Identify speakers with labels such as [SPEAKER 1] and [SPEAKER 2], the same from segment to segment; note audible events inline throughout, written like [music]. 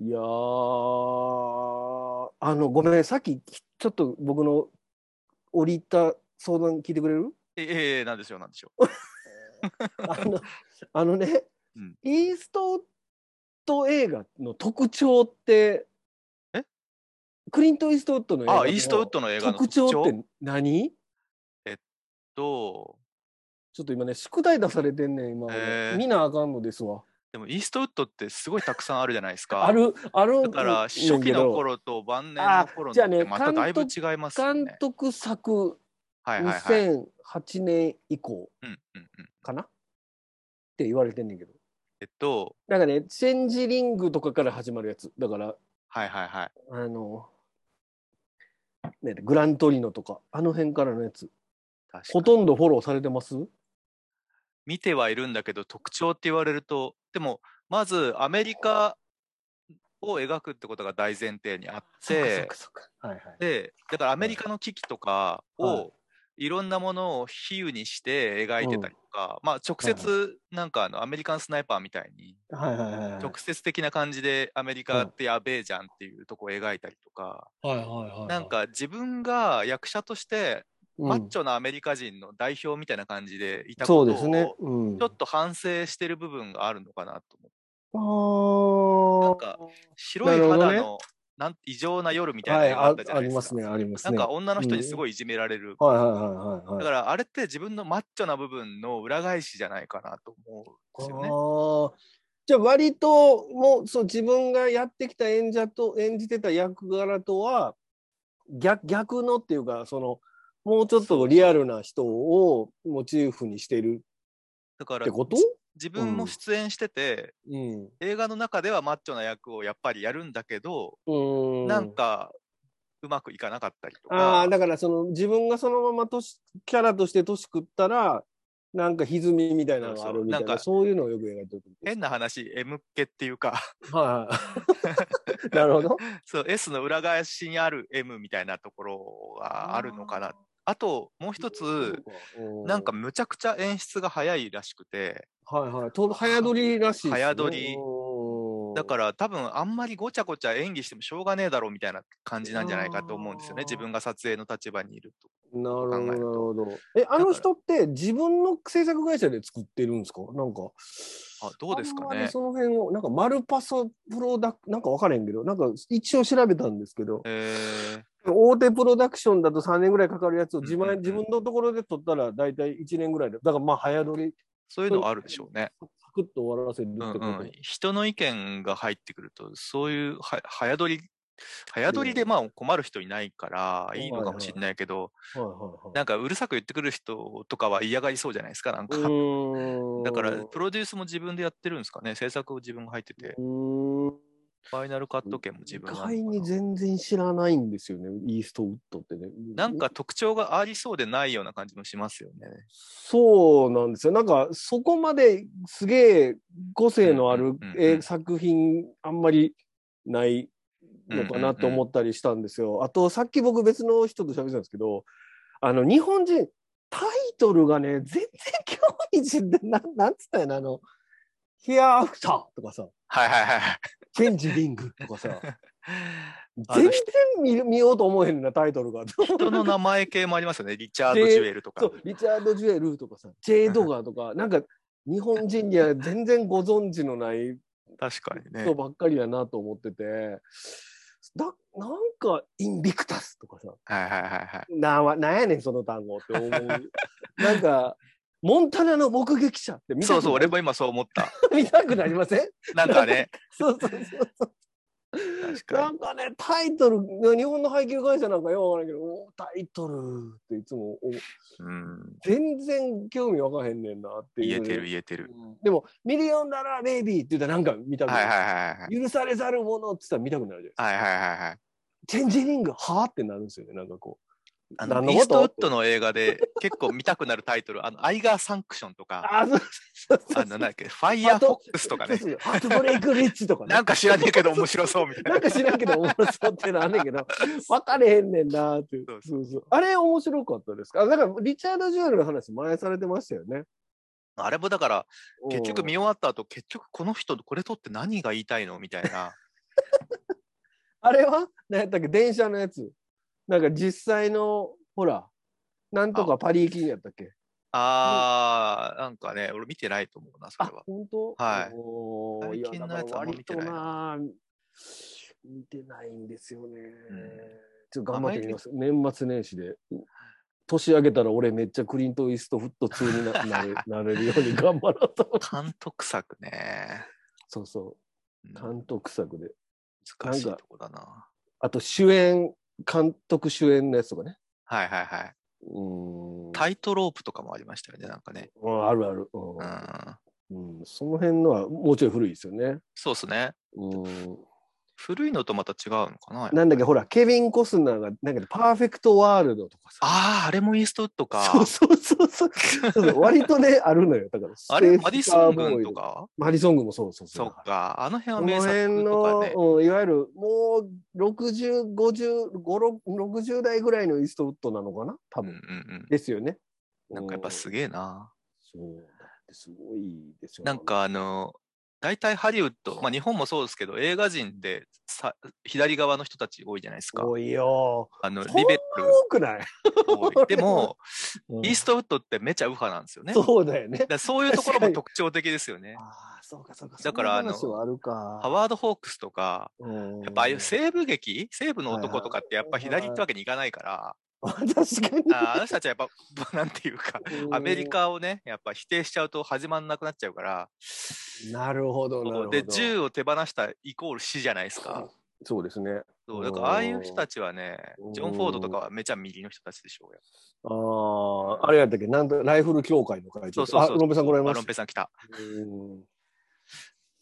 [SPEAKER 1] いやー、あの、ごめん、さっき、ちょっと僕の降りた相談聞いてくれ
[SPEAKER 2] [laughs]
[SPEAKER 1] る
[SPEAKER 2] えええなんでしょう、なんでしょう。
[SPEAKER 1] あの、あのね、
[SPEAKER 2] うん
[SPEAKER 1] イーストウッド映画の特徴って、
[SPEAKER 2] え
[SPEAKER 1] クリント・イーストウッドの映画
[SPEAKER 2] あ
[SPEAKER 1] の
[SPEAKER 2] イーストウッドの映画の
[SPEAKER 1] 特
[SPEAKER 2] 特
[SPEAKER 1] 徴
[SPEAKER 2] 徴
[SPEAKER 1] って何
[SPEAKER 2] と、
[SPEAKER 1] ちょっと今ね、宿題出されてんねん、今俺。
[SPEAKER 2] へー
[SPEAKER 1] 見なあかんのですわ。
[SPEAKER 2] でもイーストウッドってすごいたくさんあるじゃないですか。
[SPEAKER 1] ある、ある
[SPEAKER 2] だか
[SPEAKER 1] ね
[SPEAKER 2] ら
[SPEAKER 1] んけ
[SPEAKER 2] 初期の
[SPEAKER 1] ど
[SPEAKER 2] 頃と晩年の頃
[SPEAKER 1] じゃあ
[SPEAKER 2] のっ
[SPEAKER 1] ね
[SPEAKER 2] てまただいぶ違いますよ
[SPEAKER 1] 監
[SPEAKER 2] ね。
[SPEAKER 1] 督作
[SPEAKER 2] はいはいはい。
[SPEAKER 1] 2008年以降
[SPEAKER 2] うんうんうん、
[SPEAKER 1] かなって言われてんねんけど。
[SPEAKER 2] えっと、
[SPEAKER 1] なんかね、チェンジリングとかから始まるやつ。だから、
[SPEAKER 2] はいはいはい。
[SPEAKER 1] あの、ね、グラントリノとか、あの辺からのやつ。
[SPEAKER 2] 確か
[SPEAKER 1] ほ
[SPEAKER 2] に
[SPEAKER 1] とんどフォローされてます
[SPEAKER 2] 見てはいるんだけど特徴って言われるとでもまずアメリカを描くってことが大前提にあっ
[SPEAKER 1] そってかそっかそっか。はいはい。
[SPEAKER 2] でだからアメリカの危機とか
[SPEAKER 1] は
[SPEAKER 2] をいろんなものを比喩にして描いてたりとか、まあ直接なんかあのアメリカンスナイパーみたいに
[SPEAKER 1] はいはいはいはい。
[SPEAKER 2] 直接的な感じでアメリカってやべえじゃんっていうとこを描いたりとか
[SPEAKER 1] はいはいはいはい。
[SPEAKER 2] なんか自分が役者として
[SPEAKER 1] うん、
[SPEAKER 2] マッチョなアメリカ人の代表みたいな感じでいた
[SPEAKER 1] そ
[SPEAKER 2] こ
[SPEAKER 1] う
[SPEAKER 2] と
[SPEAKER 1] ですね
[SPEAKER 2] を。
[SPEAKER 1] うん
[SPEAKER 2] ちょ。っと反省してる部分があるのかなと思う。
[SPEAKER 1] あ
[SPEAKER 2] なんか白
[SPEAKER 1] な
[SPEAKER 2] い
[SPEAKER 1] るほど
[SPEAKER 2] 肌
[SPEAKER 1] ね
[SPEAKER 2] のなん異常な夜み
[SPEAKER 1] あ
[SPEAKER 2] た
[SPEAKER 1] はい、
[SPEAKER 2] いな映画あ
[SPEAKER 1] あ
[SPEAKER 2] ったじゃ
[SPEAKER 1] あ
[SPEAKER 2] ないで
[SPEAKER 1] り
[SPEAKER 2] すか。
[SPEAKER 1] ますね、あります
[SPEAKER 2] なん
[SPEAKER 1] ね。
[SPEAKER 2] か女の人にすごいいじめられる。
[SPEAKER 1] はいはいはいはい
[SPEAKER 2] だ
[SPEAKER 1] はい。
[SPEAKER 2] からあれって自分のマッチョな部分の裏返しじゃないかなと思うんですよね。
[SPEAKER 1] ああ。じゃあ割ともうそう自分がやってきた演者と演じてた役柄とは逆逆のっていうかそのもうちょっとリアルな人をモチーフにしてる
[SPEAKER 2] だか
[SPEAKER 1] っ
[SPEAKER 2] ら
[SPEAKER 1] てこと？
[SPEAKER 2] 自分も出演してて、
[SPEAKER 1] うん。う
[SPEAKER 2] 映画の中ではマッチョな役をやっぱりやるんだけど、
[SPEAKER 1] ーん。
[SPEAKER 2] なんかうまくいかなかったりと
[SPEAKER 1] あ
[SPEAKER 2] か
[SPEAKER 1] あ、だからその自分がそのままとしキャラとして年食ったらなんか歪みみたいなのがあるみたい
[SPEAKER 2] そうそうなん
[SPEAKER 1] な
[SPEAKER 2] か
[SPEAKER 1] そういうのをよく描いてるってことで
[SPEAKER 2] 変な話 M っ気っていうか [laughs]
[SPEAKER 1] す。はい [laughs] はい。なるほど。
[SPEAKER 2] そう S の裏返しにある M みたいなところがあるのかなあともう一つ、
[SPEAKER 1] う
[SPEAKER 2] なんかむちゃくちゃ演出が早いらしくて、
[SPEAKER 1] はいはい。と早撮りらしいですね。、
[SPEAKER 2] 早撮りだからら多分あんまりごちゃごちゃ演技してもしょうがねえだろうみたいな感じなんじゃないかと思うんですよね、
[SPEAKER 1] あー
[SPEAKER 2] 自分が撮影の立場にいると。
[SPEAKER 1] なるほど、
[SPEAKER 2] 考え
[SPEAKER 1] な
[SPEAKER 2] る
[SPEAKER 1] る
[SPEAKER 2] と
[SPEAKER 1] ほど。え、あの人って自分の制作会社で作ってるんですかなんか。
[SPEAKER 2] あどうですか
[SPEAKER 1] あんまり
[SPEAKER 2] ね。
[SPEAKER 1] その辺を、なんか、マルパソプロダク、なんか分からへんけど、なんか、一応調べたんですけど、
[SPEAKER 2] え
[SPEAKER 1] 大手プロダクションだと3年ぐらいかかるやつを自
[SPEAKER 2] うんうんう
[SPEAKER 1] 前、
[SPEAKER 2] ん
[SPEAKER 1] 自分のところで撮ったら、大体1年ぐらいで、だからまあ、早撮り、
[SPEAKER 2] そういうのあるでしょうね。
[SPEAKER 1] サクッと終わらせるって
[SPEAKER 2] う
[SPEAKER 1] こ
[SPEAKER 2] ん
[SPEAKER 1] と。
[SPEAKER 2] うん、人の意見が入ってくるとそういうは早撮り早撮りでまあ困る人いないからいいのかもしれないけど
[SPEAKER 1] はいはいはい。
[SPEAKER 2] なんかうるさく言ってくる人とかは嫌がりそうじゃないですかなんか
[SPEAKER 1] うーん
[SPEAKER 2] だからプロデュースも自分でやってるんですかね制作を自分が入ってて
[SPEAKER 1] うーん
[SPEAKER 2] ファイナルカット権も自分
[SPEAKER 1] 意
[SPEAKER 2] がある
[SPEAKER 1] 外
[SPEAKER 2] のか
[SPEAKER 1] に
[SPEAKER 2] な
[SPEAKER 1] 全然知らないんですよね、イーストウッドってね。
[SPEAKER 2] なんか特徴がありそうでないような感じもしますよね。
[SPEAKER 1] そうなんですよ。なんかそこまですげえ個性のある
[SPEAKER 2] うんうんうんうん
[SPEAKER 1] え作品あんまりないのかなと思ったりしたんですよ。あとさっき僕別の人と喋ってたんですけど、あの日本人タイトルがね、全然興味人で、なん、なんつったよな、あの、ヘアアフターとかさ、
[SPEAKER 2] はいはいはいはい。
[SPEAKER 1] チェンジリングとかさ、
[SPEAKER 2] [laughs] あ
[SPEAKER 1] 全
[SPEAKER 2] の
[SPEAKER 1] 然見る見ようと思えへんな、タイトルが。
[SPEAKER 2] 人の名前系もあ
[SPEAKER 1] [laughs]
[SPEAKER 2] りますよね。リチャード・ジュエルとか。
[SPEAKER 1] そう、リチャード・ジュエルと
[SPEAKER 2] [laughs]
[SPEAKER 1] かさ、ジェイ・ドガーとか、なんか日本人には全然ご存知のない
[SPEAKER 2] 確かに
[SPEAKER 1] 人
[SPEAKER 2] ね。
[SPEAKER 1] ばっかりやなと思ってて、だなんか、インビクタスとかさ、
[SPEAKER 2] はいはいはいはい。
[SPEAKER 1] なわなんやねん、その単語って思
[SPEAKER 2] [laughs]
[SPEAKER 1] う。なんか、モンタナの目撃者って見たく
[SPEAKER 2] そ
[SPEAKER 1] な
[SPEAKER 2] う
[SPEAKER 1] い
[SPEAKER 2] そう、俺も今そう思った。
[SPEAKER 1] [laughs] 見たくなりません
[SPEAKER 2] なんかね、
[SPEAKER 1] そうそうそうそう。
[SPEAKER 2] 確
[SPEAKER 1] [laughs] な
[SPEAKER 2] かに。
[SPEAKER 1] んかね、タイトル、日本の配給会社なんかようわからんけど、おタイトルっていつもお
[SPEAKER 2] うん、
[SPEAKER 1] 全然興味わかへんねんなってい
[SPEAKER 2] 言
[SPEAKER 1] う。
[SPEAKER 2] えてる言えてる。
[SPEAKER 1] うんでも、ミリオンダラーベイビーって言ったらなんか見たくな
[SPEAKER 2] はい
[SPEAKER 1] る。
[SPEAKER 2] はいはいはい。
[SPEAKER 1] 許されざるものって言ったら見たくなるじゃないですか。
[SPEAKER 2] はいはいはいはい。
[SPEAKER 1] チェンジリング、はあってなるんですよね、なんかこう。
[SPEAKER 2] あ
[SPEAKER 1] 何の
[SPEAKER 2] の、イ
[SPEAKER 1] こ
[SPEAKER 2] ーストウッ
[SPEAKER 1] と
[SPEAKER 2] ドの映画で結構見たくなるタイトル、あの、アイガー・サンクションとか、
[SPEAKER 1] あ、そうそうそうそう。
[SPEAKER 2] あの、なんだっけ、ファイヤー・フォックスとかね
[SPEAKER 1] そ。うそうハートブレイク・リッチとかね。
[SPEAKER 2] なんか知らねえけど面白そうみたい
[SPEAKER 1] [laughs]
[SPEAKER 2] な。
[SPEAKER 1] なんか知らんけど面白そうってなんねん
[SPEAKER 2] [laughs]
[SPEAKER 1] けど、分かれへんねんなーっていう
[SPEAKER 2] そう
[SPEAKER 1] そうそう。あれ面白かったですかあだから、リチャード・ジュエルの話前されてましたよね。
[SPEAKER 2] あれもだから、結局見
[SPEAKER 1] よ [laughs]
[SPEAKER 2] 終わった後、結局この人、これ撮って何が言いたいのみたいな
[SPEAKER 1] あれは何やったっけ電車のやつ。なんか実際の、ほら、なんとかパリ行きやったっけ
[SPEAKER 2] あー、なんかね、俺見てないと思うな、それ
[SPEAKER 1] あ
[SPEAKER 2] は、。
[SPEAKER 1] 本当
[SPEAKER 2] はい
[SPEAKER 1] おーい。
[SPEAKER 2] 最近のやつはあんま見てない
[SPEAKER 1] や
[SPEAKER 2] な
[SPEAKER 1] だから割とな見てないんですよね。
[SPEAKER 2] ん
[SPEAKER 1] ちょっと頑張ってみます。年末年始で。年明けたら俺めっちゃクリント・イーストフット2にな
[SPEAKER 2] [laughs]
[SPEAKER 1] なれなれるように頑張ろうと思う。
[SPEAKER 2] 監督作ね。
[SPEAKER 1] そうそうう。
[SPEAKER 2] ん
[SPEAKER 1] 監督作で。
[SPEAKER 2] 難しい
[SPEAKER 1] なんか
[SPEAKER 2] とこだな。
[SPEAKER 1] あと主演、監督主演のやつとかね。
[SPEAKER 2] はいはいはい。
[SPEAKER 1] うーん。
[SPEAKER 2] タイトロープとかもありましたよね、なんかね。
[SPEAKER 1] うんあるある、う
[SPEAKER 2] うん。
[SPEAKER 1] んうん。その辺のはもうちょい古いですよね。
[SPEAKER 2] そうですね。
[SPEAKER 1] うん。
[SPEAKER 2] 古いのとまた違うのかな。
[SPEAKER 1] なんだっけ、ほら、ケビン・コスナーが、なんかねパーフェクト・ワールドとかさ。
[SPEAKER 2] ああ、あれもイーストウッドか。
[SPEAKER 1] そうそうそうそう。そう割とね、あるのよ。だから、
[SPEAKER 2] [laughs] あれ
[SPEAKER 1] スペース
[SPEAKER 2] マディソン
[SPEAKER 1] カーボー
[SPEAKER 2] 軍
[SPEAKER 1] イ
[SPEAKER 2] と。か
[SPEAKER 1] マディソン軍もそうそう
[SPEAKER 2] そ
[SPEAKER 1] そう。
[SPEAKER 2] っか。あの辺は
[SPEAKER 1] こ
[SPEAKER 2] 名
[SPEAKER 1] の辺
[SPEAKER 2] 作と
[SPEAKER 1] の、
[SPEAKER 2] かね。
[SPEAKER 1] うん、いわゆるもう60、50、5 60代ぐらいのイーストウッドなのかな多
[SPEAKER 2] うんう
[SPEAKER 1] 分、
[SPEAKER 2] ん
[SPEAKER 1] ですよね。
[SPEAKER 2] うん。なんかやっぱす
[SPEAKER 1] うん
[SPEAKER 2] げえな。
[SPEAKER 1] そうだってすごいですよ
[SPEAKER 2] なんかあの、大体ハリウッド、まあ日本もそうですけど、映画人でさ左側の人たち多いじゃないですか。
[SPEAKER 1] 多いよ。
[SPEAKER 2] あの、リ
[SPEAKER 1] そんな
[SPEAKER 2] ベル
[SPEAKER 1] 多くない、
[SPEAKER 2] 多い。でも、
[SPEAKER 1] [laughs] うん
[SPEAKER 2] イーストウッドってめちゃ右派なんですよね。
[SPEAKER 1] そうだよ
[SPEAKER 2] だ
[SPEAKER 1] ね
[SPEAKER 2] か。らそういうところ
[SPEAKER 1] 確か
[SPEAKER 2] も
[SPEAKER 1] に
[SPEAKER 2] 特徴的ですよね。
[SPEAKER 1] ああ、そうかそうか。
[SPEAKER 2] だから
[SPEAKER 1] そんな話はあるか。
[SPEAKER 2] ハワード・ホークスとか、
[SPEAKER 1] うん
[SPEAKER 2] やっぱああいう西部劇、西部の男とかってやっぱ左ってわけにいかないから、
[SPEAKER 1] [laughs] 確かに。
[SPEAKER 2] ああの人たちはやっぱ、 [laughs] なんてい
[SPEAKER 1] [laughs]
[SPEAKER 2] うか、アメリカをね、やっぱ否定しちゃうと始まんなくなっちゃうから、
[SPEAKER 1] うん。なるほど、なるほど。
[SPEAKER 2] で、銃を手放したイコール死じゃないですか。
[SPEAKER 1] そうですね。
[SPEAKER 2] そうだからああいう人たちはね、ジョン・フォードとかはめちゃ右の人たちでしょうよ。
[SPEAKER 1] ああ、あれやったっけ、なんとライフル協会の会長。
[SPEAKER 2] そうそう
[SPEAKER 1] あ、
[SPEAKER 2] そう。
[SPEAKER 1] ロンペさん来られ
[SPEAKER 2] あ
[SPEAKER 1] ま
[SPEAKER 2] ロン
[SPEAKER 1] し
[SPEAKER 2] ペさん来た。
[SPEAKER 1] た。うん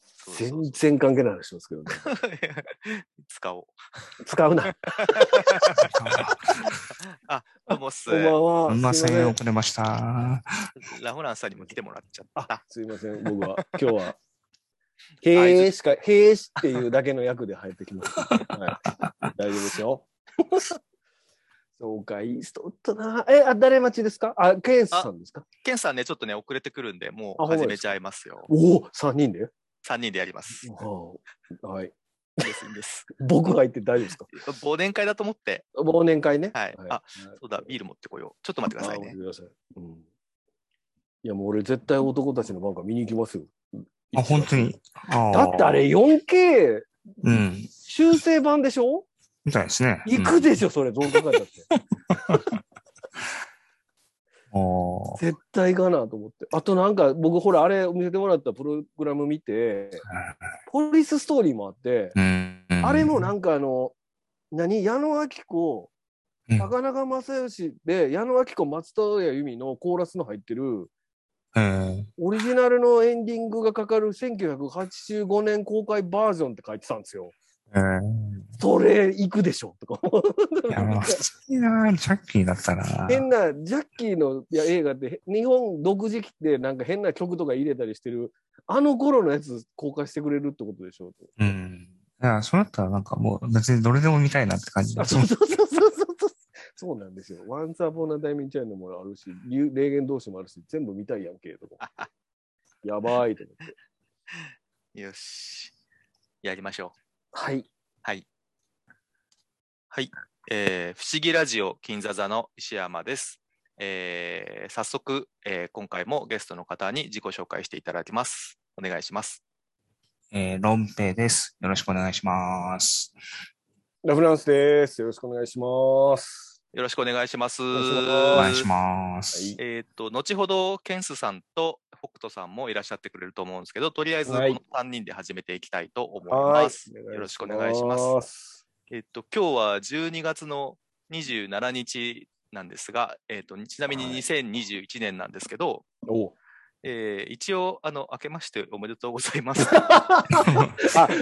[SPEAKER 2] そうそうそう
[SPEAKER 1] 全然関係ない話しますけど
[SPEAKER 2] [laughs]
[SPEAKER 1] ね。
[SPEAKER 2] 使おう。
[SPEAKER 1] 使うな。
[SPEAKER 2] あ、どうもっす
[SPEAKER 1] こ。んばんは。
[SPEAKER 3] すんませ
[SPEAKER 1] す
[SPEAKER 3] ん、
[SPEAKER 1] い
[SPEAKER 3] 遅れました。
[SPEAKER 2] ラフランスさんにも来てもらっちゃった。
[SPEAKER 1] すいません、僕は、
[SPEAKER 2] [laughs]
[SPEAKER 1] 今日は。へえしか、へえしっていうだけの役で入ってきます。はい、大丈夫です
[SPEAKER 2] [laughs]
[SPEAKER 1] よ。そうか、イーストウッドな。え、あ、誰待ちですかあ、ケンスさんですか
[SPEAKER 2] ケンさんね、ちょっとね、遅れてくるんで、も
[SPEAKER 1] あ
[SPEAKER 2] う
[SPEAKER 1] ほんま
[SPEAKER 2] 始
[SPEAKER 1] で
[SPEAKER 2] め
[SPEAKER 1] す
[SPEAKER 2] ちゃいますよ。
[SPEAKER 1] おお、三人で
[SPEAKER 2] 3人でやります。
[SPEAKER 1] はい。
[SPEAKER 2] いいです、いいです。
[SPEAKER 1] 僕入って大丈夫ですか
[SPEAKER 2] 忘年会だと思って、
[SPEAKER 1] 忘年会ね。
[SPEAKER 2] はいあ
[SPEAKER 1] そ
[SPEAKER 2] そうだ、ビール持ってこよう。ちょっと待ってくださいね。
[SPEAKER 1] ください。うん。いや、もう俺絶対男たちの番組見に行きますよ。
[SPEAKER 3] あ、本当に。あー
[SPEAKER 1] だってあれ 4K
[SPEAKER 3] うん。
[SPEAKER 1] 修正版でしょ
[SPEAKER 3] みたいですね。
[SPEAKER 1] 行くでしょ、それ。どう考えたって。 [laughs]
[SPEAKER 3] うんあー
[SPEAKER 1] 絶対かなと思って。あとなんか、僕ほら、あれ見せてもらったプログラム見て、ポリスストーリーもあって、
[SPEAKER 3] うん
[SPEAKER 1] あれもなんかあの、何矢野明子、
[SPEAKER 3] うん
[SPEAKER 1] 高中正義で、矢野明子、松任谷由実のコーラスの入ってる、
[SPEAKER 3] うん
[SPEAKER 1] オリジナルのエンディングがかかる1985年公開バージョンって書いてたんですよ。
[SPEAKER 3] うん
[SPEAKER 1] それ、行くでしょとか思 [laughs]
[SPEAKER 3] いや、まあ、普通にな、ジャッキーだったな
[SPEAKER 1] う。。変な、ジャッキーのいや映画って、日本独自期でなんか変な曲とか入れたりしてる、あの頃のやつ公開してくれるってことでしょ
[SPEAKER 3] うん。いや、そうなったらなんかもう別にどれでも見たいなって感じ
[SPEAKER 1] あ、。そうそうそうそうそうそう。 [laughs] そうなんですよ。ワンサーボーナダイミンチャイのもあるし、流霊言同士もあるし、全部見たいやんけ、とか。やばいと思って。
[SPEAKER 2] [laughs] よし。やりましょう。
[SPEAKER 1] はい。
[SPEAKER 2] はい。えー、不思議ラジオ金座座の石山です。えー、早速、えー今回もゲストの方に自己紹介していただきます。お願いします。
[SPEAKER 3] えー、ロンペイです。よろしくお願いします。
[SPEAKER 1] ラフランスです。よろしくお願いします。
[SPEAKER 2] よろしくお願いします。
[SPEAKER 1] ろしくお
[SPEAKER 3] お
[SPEAKER 1] は
[SPEAKER 3] 願いします。
[SPEAKER 1] はい
[SPEAKER 2] えっ、と、後ほど、ケンスさんと北斗さんもいらっしゃってくれると思うんですけど、とりあえずこ
[SPEAKER 1] はい
[SPEAKER 2] の3人で始めていきたいと思い
[SPEAKER 1] はい。
[SPEAKER 2] ます。よろしくお願いします。
[SPEAKER 1] す。
[SPEAKER 2] えっ、と、今日は12月の27日なんですが、えっ、と、ちなみ
[SPEAKER 1] は
[SPEAKER 2] に
[SPEAKER 1] い
[SPEAKER 2] 2021年なんですけど、 [laughs]
[SPEAKER 1] おう
[SPEAKER 2] えー一応、あの、明けましておめでとうござ
[SPEAKER 1] [laughs]
[SPEAKER 2] います。
[SPEAKER 1] あ、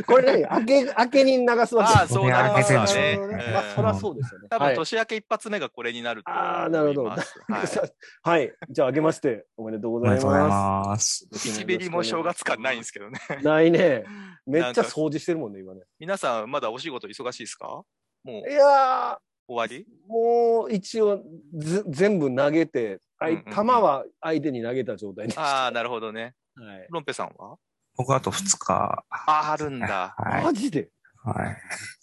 [SPEAKER 1] これ何明け、明けに流すわけ
[SPEAKER 2] ああ、そうなりますよ
[SPEAKER 1] あ
[SPEAKER 2] ね。
[SPEAKER 1] ーなるほど
[SPEAKER 2] うん
[SPEAKER 1] まあ、そりゃそうですよね。
[SPEAKER 2] 多
[SPEAKER 1] は
[SPEAKER 2] 分
[SPEAKER 1] い
[SPEAKER 2] 年明け一発目がこれになると思います。
[SPEAKER 1] あーなるほど
[SPEAKER 2] はい
[SPEAKER 1] さ [laughs] はい。じゃあ、明けまして、おめでとうご
[SPEAKER 3] おめ
[SPEAKER 1] ざい
[SPEAKER 3] でとうござい
[SPEAKER 1] ま
[SPEAKER 3] ます。
[SPEAKER 1] す。
[SPEAKER 2] 1ビリも正月感ないんですすけどね。
[SPEAKER 1] けど。ないね。めっちゃ掃除してるもんね、今ね。
[SPEAKER 2] 皆さん、まだお仕事忙しいですかもう
[SPEAKER 1] いや
[SPEAKER 2] 終わり
[SPEAKER 1] ー、もう一応ず、全部投げて、あ
[SPEAKER 2] うん
[SPEAKER 1] い
[SPEAKER 2] うんう
[SPEAKER 1] 球
[SPEAKER 2] ん
[SPEAKER 1] は相手に投げた状態でした。
[SPEAKER 2] ああ、なるほどね。
[SPEAKER 1] はい
[SPEAKER 2] ロンペさんは
[SPEAKER 3] 僕あと2日。
[SPEAKER 2] ああ、あるんだ。
[SPEAKER 3] はい。
[SPEAKER 1] マジで
[SPEAKER 3] はい。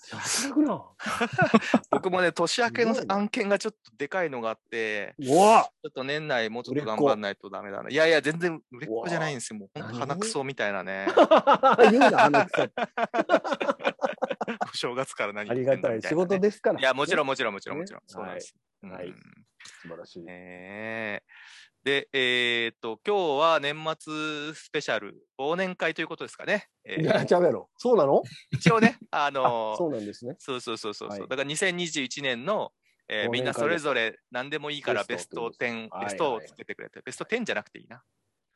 [SPEAKER 1] 働くな。
[SPEAKER 2] [laughs] 僕もね、年明けの
[SPEAKER 1] すごいな
[SPEAKER 2] 案件がちょっとでかいのがあって、
[SPEAKER 1] うわ
[SPEAKER 2] ちょっと年内もうちょっと
[SPEAKER 1] 売れっ
[SPEAKER 2] 頑
[SPEAKER 1] 子
[SPEAKER 2] 張んないとダメだな。いやいや、全然売れっ子じゃないんですよ。もう
[SPEAKER 1] わあ
[SPEAKER 2] 本当鼻くそみたいなね。
[SPEAKER 1] 言うな、鼻くそ。
[SPEAKER 2] お正月から何
[SPEAKER 1] [laughs] あ
[SPEAKER 2] 言
[SPEAKER 1] り
[SPEAKER 2] って
[SPEAKER 1] が
[SPEAKER 2] んだ
[SPEAKER 1] たい。
[SPEAKER 2] みた
[SPEAKER 1] 仕事
[SPEAKER 2] いなね
[SPEAKER 1] ですから。
[SPEAKER 2] いや、もちろ
[SPEAKER 1] ん。
[SPEAKER 2] んもちろんもちろん
[SPEAKER 1] ね
[SPEAKER 2] もちろん。そうなんです。
[SPEAKER 1] はい
[SPEAKER 2] うん
[SPEAKER 1] 素晴らしい。
[SPEAKER 2] ねえで、えーっと、今日は年末スペシャル、忘年会ということですかね。えー
[SPEAKER 1] いや、ちゃうやろ。そうなの
[SPEAKER 2] 一応ね、あ
[SPEAKER 1] あ
[SPEAKER 2] のー
[SPEAKER 1] そうなんですね。
[SPEAKER 2] そうそうそうそうそう、
[SPEAKER 1] はい
[SPEAKER 2] だから2021年の、え
[SPEAKER 1] 忘年
[SPEAKER 2] ー
[SPEAKER 1] 会
[SPEAKER 2] みんなそれぞれ何でもいいからベ
[SPEAKER 1] ベ
[SPEAKER 2] ス
[SPEAKER 1] ス
[SPEAKER 2] ト
[SPEAKER 1] ト
[SPEAKER 2] 10、
[SPEAKER 1] はい
[SPEAKER 2] ベストをつけてくれて、ベスト10じゃなくていいな、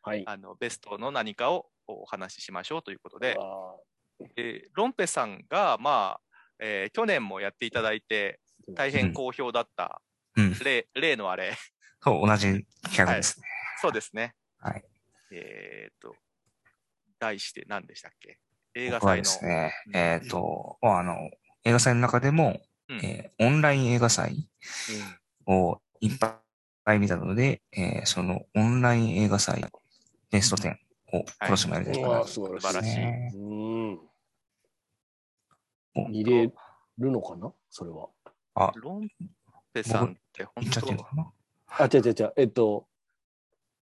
[SPEAKER 1] はい。
[SPEAKER 2] あのベストの何かをお話ししましょうということで、
[SPEAKER 1] あ
[SPEAKER 2] えーロンペさんが、まあえー去年もやっていただいて
[SPEAKER 1] う、ん
[SPEAKER 2] 大変好評だった、
[SPEAKER 3] うん。
[SPEAKER 2] 例例のあ
[SPEAKER 1] [laughs]
[SPEAKER 2] れ、
[SPEAKER 3] そう、同じ企画ですね。
[SPEAKER 2] そうですね。
[SPEAKER 3] はい
[SPEAKER 2] えーっと、題して何でしたっけ映画
[SPEAKER 3] 僕は
[SPEAKER 2] 祭
[SPEAKER 3] で
[SPEAKER 2] の。
[SPEAKER 3] すね
[SPEAKER 2] う、ん
[SPEAKER 3] えっと、まああの、映画祭の中でも、
[SPEAKER 2] うん
[SPEAKER 3] えーオンライン映画祭をいっぱい見たので、えーそのオンライン映画祭ベスト10を今年もやりたいと思い
[SPEAKER 1] あ
[SPEAKER 3] ま
[SPEAKER 1] ー、
[SPEAKER 3] す。
[SPEAKER 1] 素晴らし
[SPEAKER 2] 素晴らしい
[SPEAKER 3] ね
[SPEAKER 1] い。うん。
[SPEAKER 3] お
[SPEAKER 1] 入れるのかなそれは。
[SPEAKER 2] ロンペさんって
[SPEAKER 3] い
[SPEAKER 2] 本
[SPEAKER 3] っちゃっていいの
[SPEAKER 2] 当
[SPEAKER 3] かな
[SPEAKER 1] あ、違う違う違う。えっと、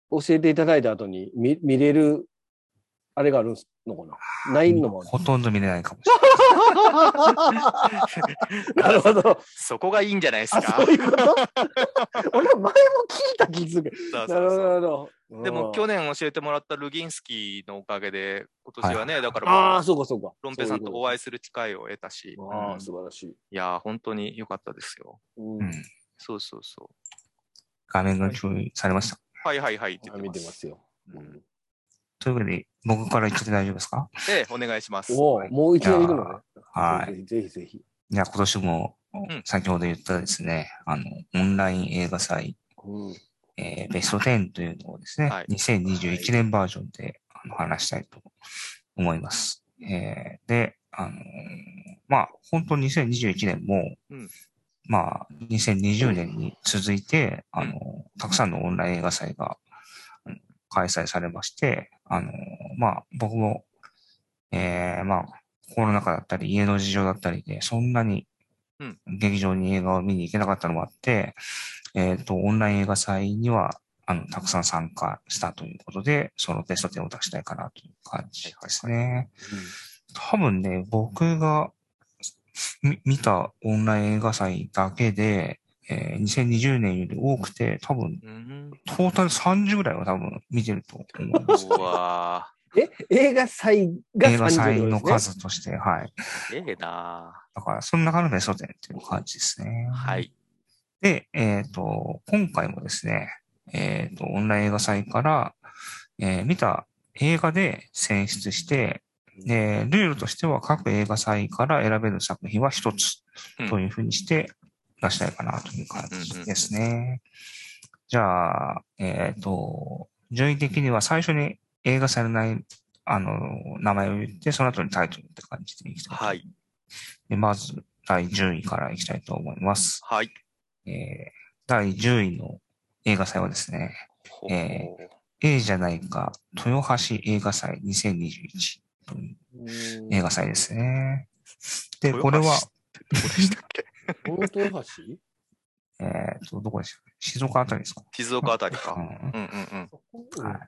[SPEAKER 1] 教えていただいた後に見見れる、あれがあるのかなないのも
[SPEAKER 3] ほとんど見れないかもしれない。
[SPEAKER 1] ある。 [laughs] なるほど。
[SPEAKER 2] そこがいいんじゃないです
[SPEAKER 1] あ、
[SPEAKER 2] か
[SPEAKER 1] そう。いうこと [laughs] 俺前も聞いた気づく。
[SPEAKER 2] そう
[SPEAKER 1] な
[SPEAKER 2] そ
[SPEAKER 1] る
[SPEAKER 2] う
[SPEAKER 1] ほど、
[SPEAKER 2] そ
[SPEAKER 1] な
[SPEAKER 2] う
[SPEAKER 1] るほど。
[SPEAKER 2] でも去
[SPEAKER 1] 年、
[SPEAKER 2] 年教えてもらったルギンスキーのおかげで、今年はね、だ
[SPEAKER 1] あ
[SPEAKER 2] から
[SPEAKER 1] あ、そうか、そうか。
[SPEAKER 2] ロンペさんとお
[SPEAKER 1] 会
[SPEAKER 2] 会いする機会を得たし、
[SPEAKER 1] あ
[SPEAKER 2] う
[SPEAKER 1] あ、
[SPEAKER 2] ん
[SPEAKER 1] 素晴らしい。
[SPEAKER 2] いやー、本当に良かったですよ。
[SPEAKER 1] うん
[SPEAKER 3] うん。
[SPEAKER 2] そうそうそう。
[SPEAKER 3] 画面が共有されました。
[SPEAKER 2] はいはいはいって
[SPEAKER 1] あ
[SPEAKER 2] 言
[SPEAKER 1] 見
[SPEAKER 2] って
[SPEAKER 1] て
[SPEAKER 2] ま。
[SPEAKER 1] ますすよ。
[SPEAKER 2] うん
[SPEAKER 3] というわけで、僕から言っちゃって大丈夫ですか
[SPEAKER 2] で、お願いします。
[SPEAKER 1] おお、もういきなり行くのね。
[SPEAKER 3] はい。
[SPEAKER 1] ぜひぜひぜひ。
[SPEAKER 3] じゃあ今年も
[SPEAKER 2] ん、
[SPEAKER 3] 先ほど言ったですね、あの、オンライン映画祭、
[SPEAKER 1] うん
[SPEAKER 3] えーベスト10というのをですね、
[SPEAKER 2] はい
[SPEAKER 3] 2021年バージョンであの話したいと思います。えーで、あのーまあ、本当2021年も、
[SPEAKER 2] うん
[SPEAKER 3] まあ、2020年に続いて、あのーたくさんのオンライン映画祭がうん開催されまして、あのーまあ、僕も、えーまあ、コロナ禍だったり、家の事情だったりで、そんなに
[SPEAKER 2] うん
[SPEAKER 3] 劇場に映画を見に行けなかったのもあって、えっ、と、オンライン映画祭には、あの、たくさん参加したということで、そのベスト10を出したいかなという感じですね。多分ね、僕がみ見たオンライン映画祭だけで、えー2020年より多くて、多分、
[SPEAKER 2] うん。
[SPEAKER 3] トータル30ぐらいは多分見てると思います
[SPEAKER 2] う。わ
[SPEAKER 1] え、映画祭が
[SPEAKER 3] 映画祭
[SPEAKER 1] 30
[SPEAKER 3] の
[SPEAKER 1] 秒ですね
[SPEAKER 3] 数として、はい。
[SPEAKER 2] ー、ええな
[SPEAKER 3] だから、その中のベスト10っていう感じですね。
[SPEAKER 2] ー。はい。
[SPEAKER 3] で、えっ、と、今回もですね、えっ、と、オンライン映画祭から、えー見た映画で選出して、で、ルールとしては各映画祭から選べる作品は一つ
[SPEAKER 2] うん
[SPEAKER 3] というふうにして出したいかなという感じですね。じゃあ、えっ、と、順位的には最初に映画祭のない、あの、名前を言って、その後にタイトルって感じでいきたいと思ます
[SPEAKER 2] はい。
[SPEAKER 3] で、まず、第10位からいきたいと思います。
[SPEAKER 2] はい。
[SPEAKER 3] えー第10位の映画祭はですね、
[SPEAKER 2] ほ
[SPEAKER 3] え A じゃないか、豊橋映画祭2021という映画祭ですね。で、これは、
[SPEAKER 2] どこでしたっけ
[SPEAKER 1] うん。大豊橋
[SPEAKER 3] えっと、どこでしたっけ静岡あたりですか、
[SPEAKER 2] 静岡あたり
[SPEAKER 3] う
[SPEAKER 2] か。う
[SPEAKER 3] ん
[SPEAKER 2] んうんうん。
[SPEAKER 1] そこ
[SPEAKER 3] はい、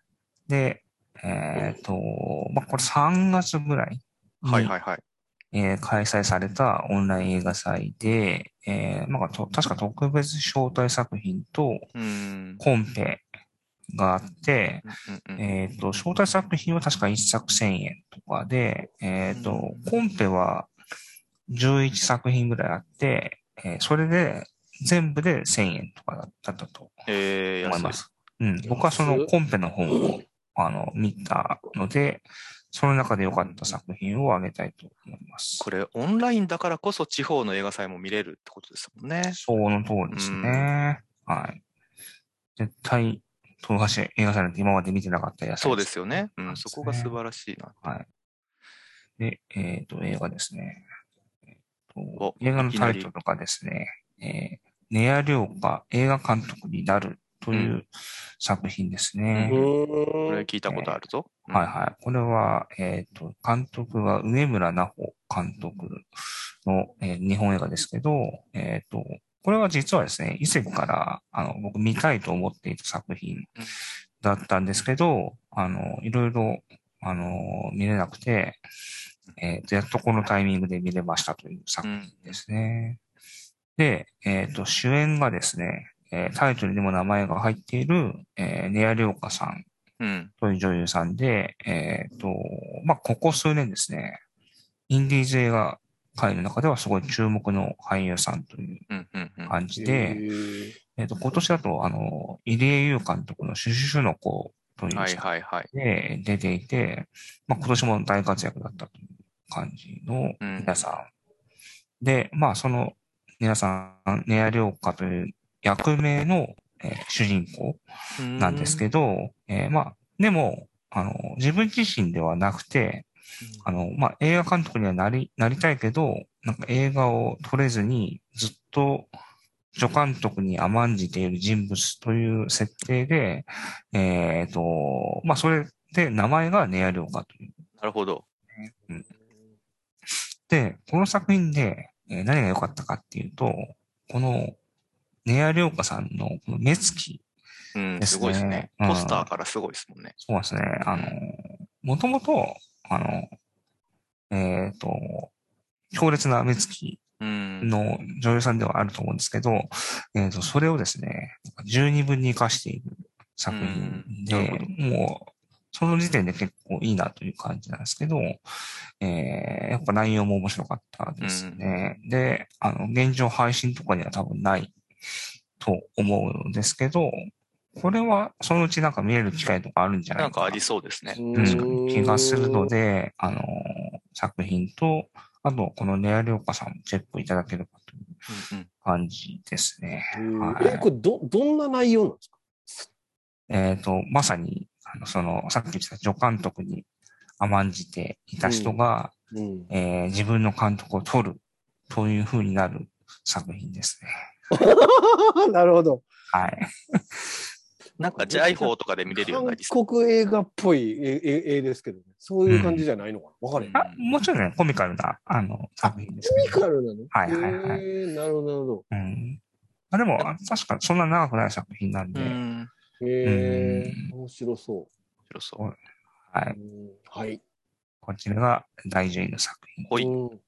[SPEAKER 3] で、えっと、まあ、これ3月ぐらいに、
[SPEAKER 2] はいはいはい。
[SPEAKER 3] えー開催されたオンライン映画祭で、えーなんかと確か特別招待作品と
[SPEAKER 2] うん。
[SPEAKER 3] コンペがあって、
[SPEAKER 2] うんうんうん
[SPEAKER 3] えっ、と、招待作品は確か1作1000円とかで、えっ、と、コンペは11作品ぐらいあって、えーそれで全部で1000円とかだったと
[SPEAKER 2] えー、
[SPEAKER 3] 思いま
[SPEAKER 2] 安い。
[SPEAKER 3] す。うん。僕はそのコンペの本を、あの、見たので、その中で良かった作品をあげたいと思います。
[SPEAKER 2] これ、オンラインだからこそ地方の映画祭も見れるってことですもんね。
[SPEAKER 3] その通りですね。はい。絶対、東橋映画祭なんて今まで見てなかったやつ。
[SPEAKER 2] そうですよね。うん、
[SPEAKER 3] そ
[SPEAKER 2] そ
[SPEAKER 3] うですね
[SPEAKER 2] こが素晴らしいな。
[SPEAKER 3] はい。で、えっ、と、映画ですね。えーと
[SPEAKER 2] お
[SPEAKER 3] 映画の
[SPEAKER 2] いきな
[SPEAKER 3] タ
[SPEAKER 2] り
[SPEAKER 3] イトルがですね、えー、ネア・リョーカ映画監督になるというう作品ですね。
[SPEAKER 2] これ
[SPEAKER 1] う
[SPEAKER 2] 聞いたことあるぞ。
[SPEAKER 3] はいはい。これは、えっ、と、監督は梅村奈穂監督の、えー日本映画ですけど、えっ、と、これは実はですね、以前から、あの、僕見たいと思っていた作品
[SPEAKER 2] うん
[SPEAKER 3] だったんですけど、あの、いろいろ、あの、見れなくて、えっ、と、やっとこのタイミングで見れましたという作品ですね。で、えっ、と、主演がですね、えータイトルにも名前が入っている、えー、ネアリョーカさん
[SPEAKER 2] うん。
[SPEAKER 3] という女優さんで、えっ、と、まあ、ここ数年ですね、インディーズ映画界の中ではすごい注目の俳優さんという
[SPEAKER 2] うん。うん。うん。
[SPEAKER 3] 感じで、えっ、と、今年だと、あの、入江優監督のシュシュシュの子という
[SPEAKER 2] はい
[SPEAKER 3] 作
[SPEAKER 2] はいはい。
[SPEAKER 3] 品で出ていて、まあ、今年も大活躍だったという感じの
[SPEAKER 2] うん
[SPEAKER 3] 皆さん。で、まあ、その皆さん、ネアリョーカという役名の、えー主人公なんですけど、えーまあ、でも、あの、自分自身ではなくて、あの、まあ、映画監督にはなり、なりたいけど、なんか映画を撮れずにずっと助監督に甘んじている人物という設定で、えっ、と、まあ、それで名前がネアリョーカという。
[SPEAKER 2] なるほど。
[SPEAKER 3] で、この作品で、えー何が良かったかっていうと、このネアリョーカさんのこの目つき、
[SPEAKER 2] うん。
[SPEAKER 3] で
[SPEAKER 2] す
[SPEAKER 3] すね
[SPEAKER 2] ごいですね。
[SPEAKER 3] うん
[SPEAKER 2] ポスターからすごいですもんね。
[SPEAKER 3] そうですね。あの、もともと、あの、えっ、と、強烈な目つき
[SPEAKER 2] うん。
[SPEAKER 3] の女優さんではあると思うんですけど、えっ、と、それをですね、十二分に活かしている作品で、
[SPEAKER 2] うんなるほ
[SPEAKER 3] もう、その時点で結構いいなという感じなんですけど、えーやっぱ内容も面白かったですね。で、あの、現状配信とかには多分ないと思うんですけど、これはそのうちなんか見れる機会とかあるんじゃな
[SPEAKER 2] ないん
[SPEAKER 3] か
[SPEAKER 2] か
[SPEAKER 3] な
[SPEAKER 2] ありそうですね。
[SPEAKER 1] うん
[SPEAKER 3] 確かに気がするので、あの、作品と、あと、このネアリョーカさんもチェックいただければとい
[SPEAKER 2] う
[SPEAKER 3] う
[SPEAKER 2] んうん
[SPEAKER 3] 感じですね。
[SPEAKER 1] うん
[SPEAKER 3] はい
[SPEAKER 1] え、これど、どんな内容なんですか
[SPEAKER 3] えっ、と、まさに、あの、その、さっき言った助監督に甘んじていた人が、
[SPEAKER 1] うん、
[SPEAKER 3] えー自分の監督を取るという風になる作品ですね。
[SPEAKER 1] [laughs] なるほど。
[SPEAKER 3] はい。
[SPEAKER 2] なんか、ジャイホーとかで見れるようになりそう。
[SPEAKER 1] 韓国映画っぽい絵絵絵ですけどね。そういう感じじゃないのかな。わ、かる。
[SPEAKER 2] うん
[SPEAKER 1] ミ
[SPEAKER 3] あもちろんね、コミカルな、あの、作品ですけど
[SPEAKER 1] カルなの
[SPEAKER 3] はいはいはい
[SPEAKER 1] えー、なるほど、なるほど。
[SPEAKER 3] うん。まあ、でも、あ確かそんな長くない作品なん
[SPEAKER 2] う
[SPEAKER 3] で、
[SPEAKER 2] ん。面
[SPEAKER 1] えー、
[SPEAKER 3] う
[SPEAKER 1] 面白そ
[SPEAKER 2] 白そう。
[SPEAKER 3] は
[SPEAKER 1] う。
[SPEAKER 3] い。
[SPEAKER 1] うんはい。
[SPEAKER 3] こちらが第10位の作品。
[SPEAKER 2] ほい。
[SPEAKER 1] うん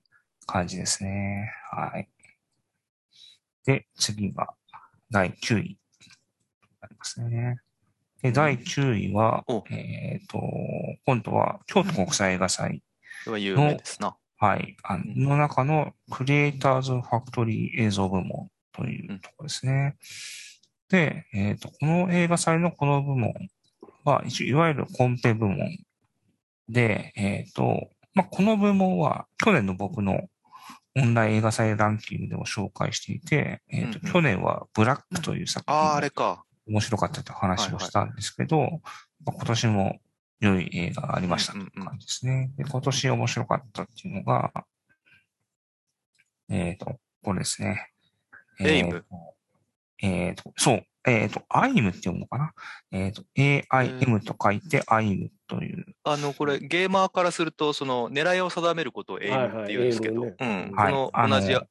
[SPEAKER 3] 感じですね。はい。で、次が第9位になりますね。で、第9位は
[SPEAKER 2] お、
[SPEAKER 3] えっ、と、今度は京都国際映画祭、
[SPEAKER 2] これは有名ですな。
[SPEAKER 3] はい、あ
[SPEAKER 2] うん
[SPEAKER 3] の中のクリエイターズファクトリー映像部門というところですね。で、えっ、と、この映画祭のこの部門は、一応、いわゆるコンペ部門で、えっ、と、まあ、この部門は、去年の僕のオンライン映画祭ランキングでも紹介していて、えっ、と、
[SPEAKER 2] うんうん
[SPEAKER 3] 去年はブラックという作
[SPEAKER 2] あ
[SPEAKER 3] 品
[SPEAKER 2] あ、あれか。
[SPEAKER 3] 面白かったという話をしたんですけど、まあ今年も良い映画がありましたという感じですね。で今年面白かったっていうのが、えっ、と、これですね。
[SPEAKER 2] エイ
[SPEAKER 3] えー
[SPEAKER 2] ム
[SPEAKER 3] と。えっ、と、そう、えっ、と、アイムって読むのかなえっ、と、AIM と書いてアイムという、
[SPEAKER 2] あの、これ、ゲーマーからすると、その、狙いを定めることをエイムって言うんですけど、
[SPEAKER 1] はいは
[SPEAKER 2] うん。
[SPEAKER 3] はい
[SPEAKER 2] こ
[SPEAKER 3] あ
[SPEAKER 2] の、
[SPEAKER 3] の
[SPEAKER 2] 同じや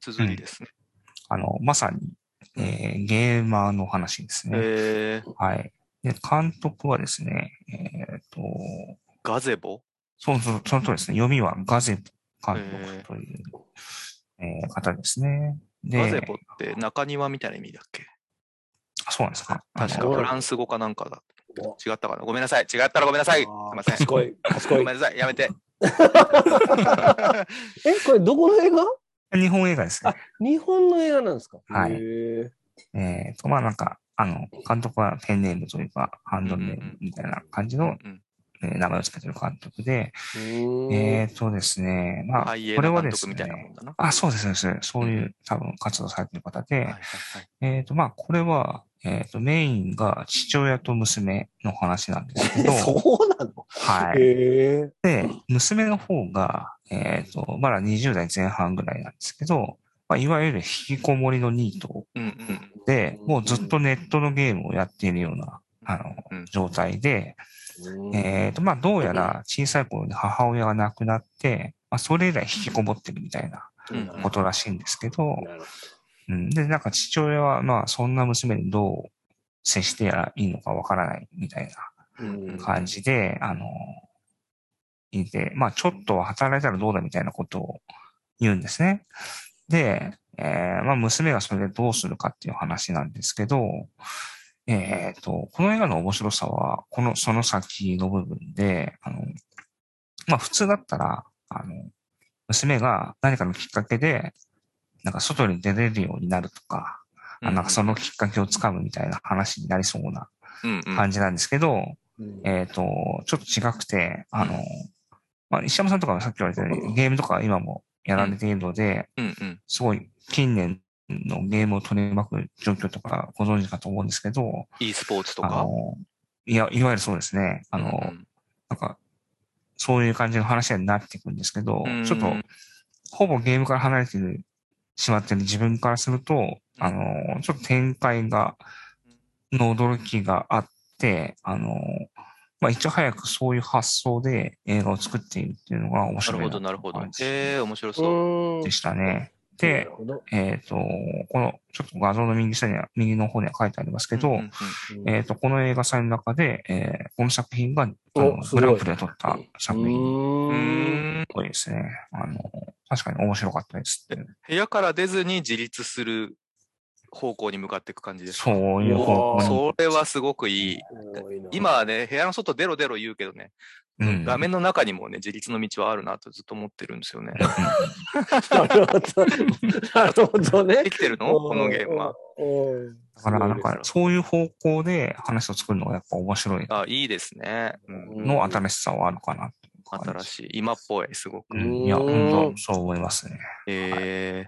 [SPEAKER 2] 綴りですね。
[SPEAKER 3] あの、まさに、えーゲーマーの話ですね。
[SPEAKER 2] えー、
[SPEAKER 3] はい。で、監督はですね、えっ、と、
[SPEAKER 2] ガゼボ
[SPEAKER 3] そうそう、その通りですね。読みはガゼボ監督という、えー方ですね。で、
[SPEAKER 2] ガゼボって中庭みたいな意味だっけ
[SPEAKER 3] あそうなんですか。
[SPEAKER 2] 確
[SPEAKER 3] あ
[SPEAKER 2] か
[SPEAKER 3] の
[SPEAKER 2] フランス語かなんかだ。
[SPEAKER 1] お
[SPEAKER 2] 違ったかなごめんなさい。違ったらごめんなさい。すい
[SPEAKER 1] あー
[SPEAKER 2] ません。
[SPEAKER 1] 賢い、賢
[SPEAKER 2] ご
[SPEAKER 1] い
[SPEAKER 2] め。んなさい。やめ
[SPEAKER 3] [laughs]
[SPEAKER 2] て。
[SPEAKER 1] え、これどこの映画
[SPEAKER 3] 日本映画ですね。
[SPEAKER 1] 日本の映画なんですか
[SPEAKER 3] はい
[SPEAKER 1] へー
[SPEAKER 3] えっ、と、まあなんか、あの、監督はペンネームというか、ハンドルネームみたいな感じの、
[SPEAKER 2] うん
[SPEAKER 3] えー名前をつけてる監督で、
[SPEAKER 1] うーん
[SPEAKER 3] えっ、とですね、まあ、
[SPEAKER 2] ハイエ
[SPEAKER 3] これ
[SPEAKER 2] ー
[SPEAKER 3] は
[SPEAKER 2] 監
[SPEAKER 3] です
[SPEAKER 2] 督みたいな
[SPEAKER 3] ね
[SPEAKER 2] も、んだな。
[SPEAKER 3] あ、そうです、そうです。そういう多分活動されてる方で、
[SPEAKER 2] はいはいはい
[SPEAKER 3] えっ、と、まあ、これは、えっ、と、メインが父親と娘の話なんですけ
[SPEAKER 1] [laughs]
[SPEAKER 3] ど、
[SPEAKER 1] そうなの
[SPEAKER 3] はい。
[SPEAKER 1] へえ。
[SPEAKER 3] で、娘の方が、えっ、と、まだ20代前半ぐらいなんですけど、まあ、いわゆる引きこもりのニート
[SPEAKER 2] うんうん
[SPEAKER 3] で、もうずっとネットのゲームをやっているような、あ
[SPEAKER 2] う
[SPEAKER 3] の
[SPEAKER 2] ん、
[SPEAKER 3] 状態で、
[SPEAKER 1] うん
[SPEAKER 3] えっ、と、まあ、どうやら小さい頃に母親が亡くなって、まあ、それ以来引きこもってるみたいな
[SPEAKER 2] うん
[SPEAKER 1] なる
[SPEAKER 3] こ
[SPEAKER 1] ほ
[SPEAKER 3] とらしいんですけど、
[SPEAKER 1] ど
[SPEAKER 3] うん、で、なんか父親は、まあ、そんな娘にどう接してやらいいのかわからないみたい
[SPEAKER 1] うん
[SPEAKER 3] な感じで、あの、いて、まあ、ちょっと働いたらどうだみたいなことを言うんですね。で、えーまあ、娘がそれでどうするかっていう話なんですけど、えっ、と、この映画の面白さは、この、その先の部分で、あの、まあ、普通だったら、あの、娘が何かのきっかけで、なんか外に出れるようになるとか、あなんかそのきっかけをつかむみたいな話になりそうな
[SPEAKER 2] うんうん
[SPEAKER 3] 感じなんですけど、
[SPEAKER 1] うん
[SPEAKER 3] えっ、と、ちょっと違くて、あの、まあ、石山さんとかもさっき言われたように、ゲームとか今もやられているので、
[SPEAKER 2] うんうん
[SPEAKER 3] すごい近年のゲームを取り巻く状況とかご存知かと思うんですけど、
[SPEAKER 2] e スポーツと
[SPEAKER 3] あ
[SPEAKER 2] か。
[SPEAKER 3] の、いや、いわゆるそうですね、あの、
[SPEAKER 2] うん
[SPEAKER 3] なんか、そういう感じの話になっていくんですけど、
[SPEAKER 2] うん
[SPEAKER 3] ちょっと、ほぼゲームから離れてしまってる自分からすると、あの、ちょっと展開が、の驚きがあって、あの、まあ、いち早くそういう発想で映画を作っているっていうのが面
[SPEAKER 2] な
[SPEAKER 3] 白
[SPEAKER 2] る
[SPEAKER 3] い
[SPEAKER 2] ほど、なるほど。ええ、面白そう。
[SPEAKER 1] う
[SPEAKER 3] で
[SPEAKER 1] ん
[SPEAKER 3] したね。
[SPEAKER 1] な
[SPEAKER 3] で
[SPEAKER 1] る、ほど
[SPEAKER 3] えっ、と、この、ちょっと画像の右下には、右の方には書いてありますけど、
[SPEAKER 2] うんうん
[SPEAKER 1] うん
[SPEAKER 3] えっ、と、この映画祭の中で、えーこの作品が、あ
[SPEAKER 1] お
[SPEAKER 3] の
[SPEAKER 1] すごい
[SPEAKER 3] グランプリで撮った作品
[SPEAKER 2] う
[SPEAKER 1] うん
[SPEAKER 2] ん
[SPEAKER 3] これですね。あの、確かに面白かったですって。
[SPEAKER 2] 部屋から出ずに自立する方向に向かっていく感じですか。
[SPEAKER 3] そういう方向
[SPEAKER 2] そ
[SPEAKER 3] に。
[SPEAKER 2] れはすごくいい。
[SPEAKER 1] すごいな
[SPEAKER 2] 今はね、部屋の外出ろ出ろ言うけどね、
[SPEAKER 3] うん
[SPEAKER 2] 画面の中にもね、自立の道はあるなとずっと思ってるんですよね。
[SPEAKER 1] なるほど。なるほどね
[SPEAKER 3] [laughs]
[SPEAKER 2] で。きてるのこのゲームは。
[SPEAKER 1] うん。
[SPEAKER 3] だから、なん
[SPEAKER 1] す
[SPEAKER 3] か、そういう方向で話を作るのがやっぱ面白い
[SPEAKER 2] あ、いいですね。うん
[SPEAKER 1] うん
[SPEAKER 3] の新しさはあるかなっていう感じ。
[SPEAKER 2] 新しい。今っぽい、すごく。
[SPEAKER 3] うんいや、
[SPEAKER 1] う
[SPEAKER 3] ほ
[SPEAKER 1] ん
[SPEAKER 3] んと、そう思いますね。
[SPEAKER 2] え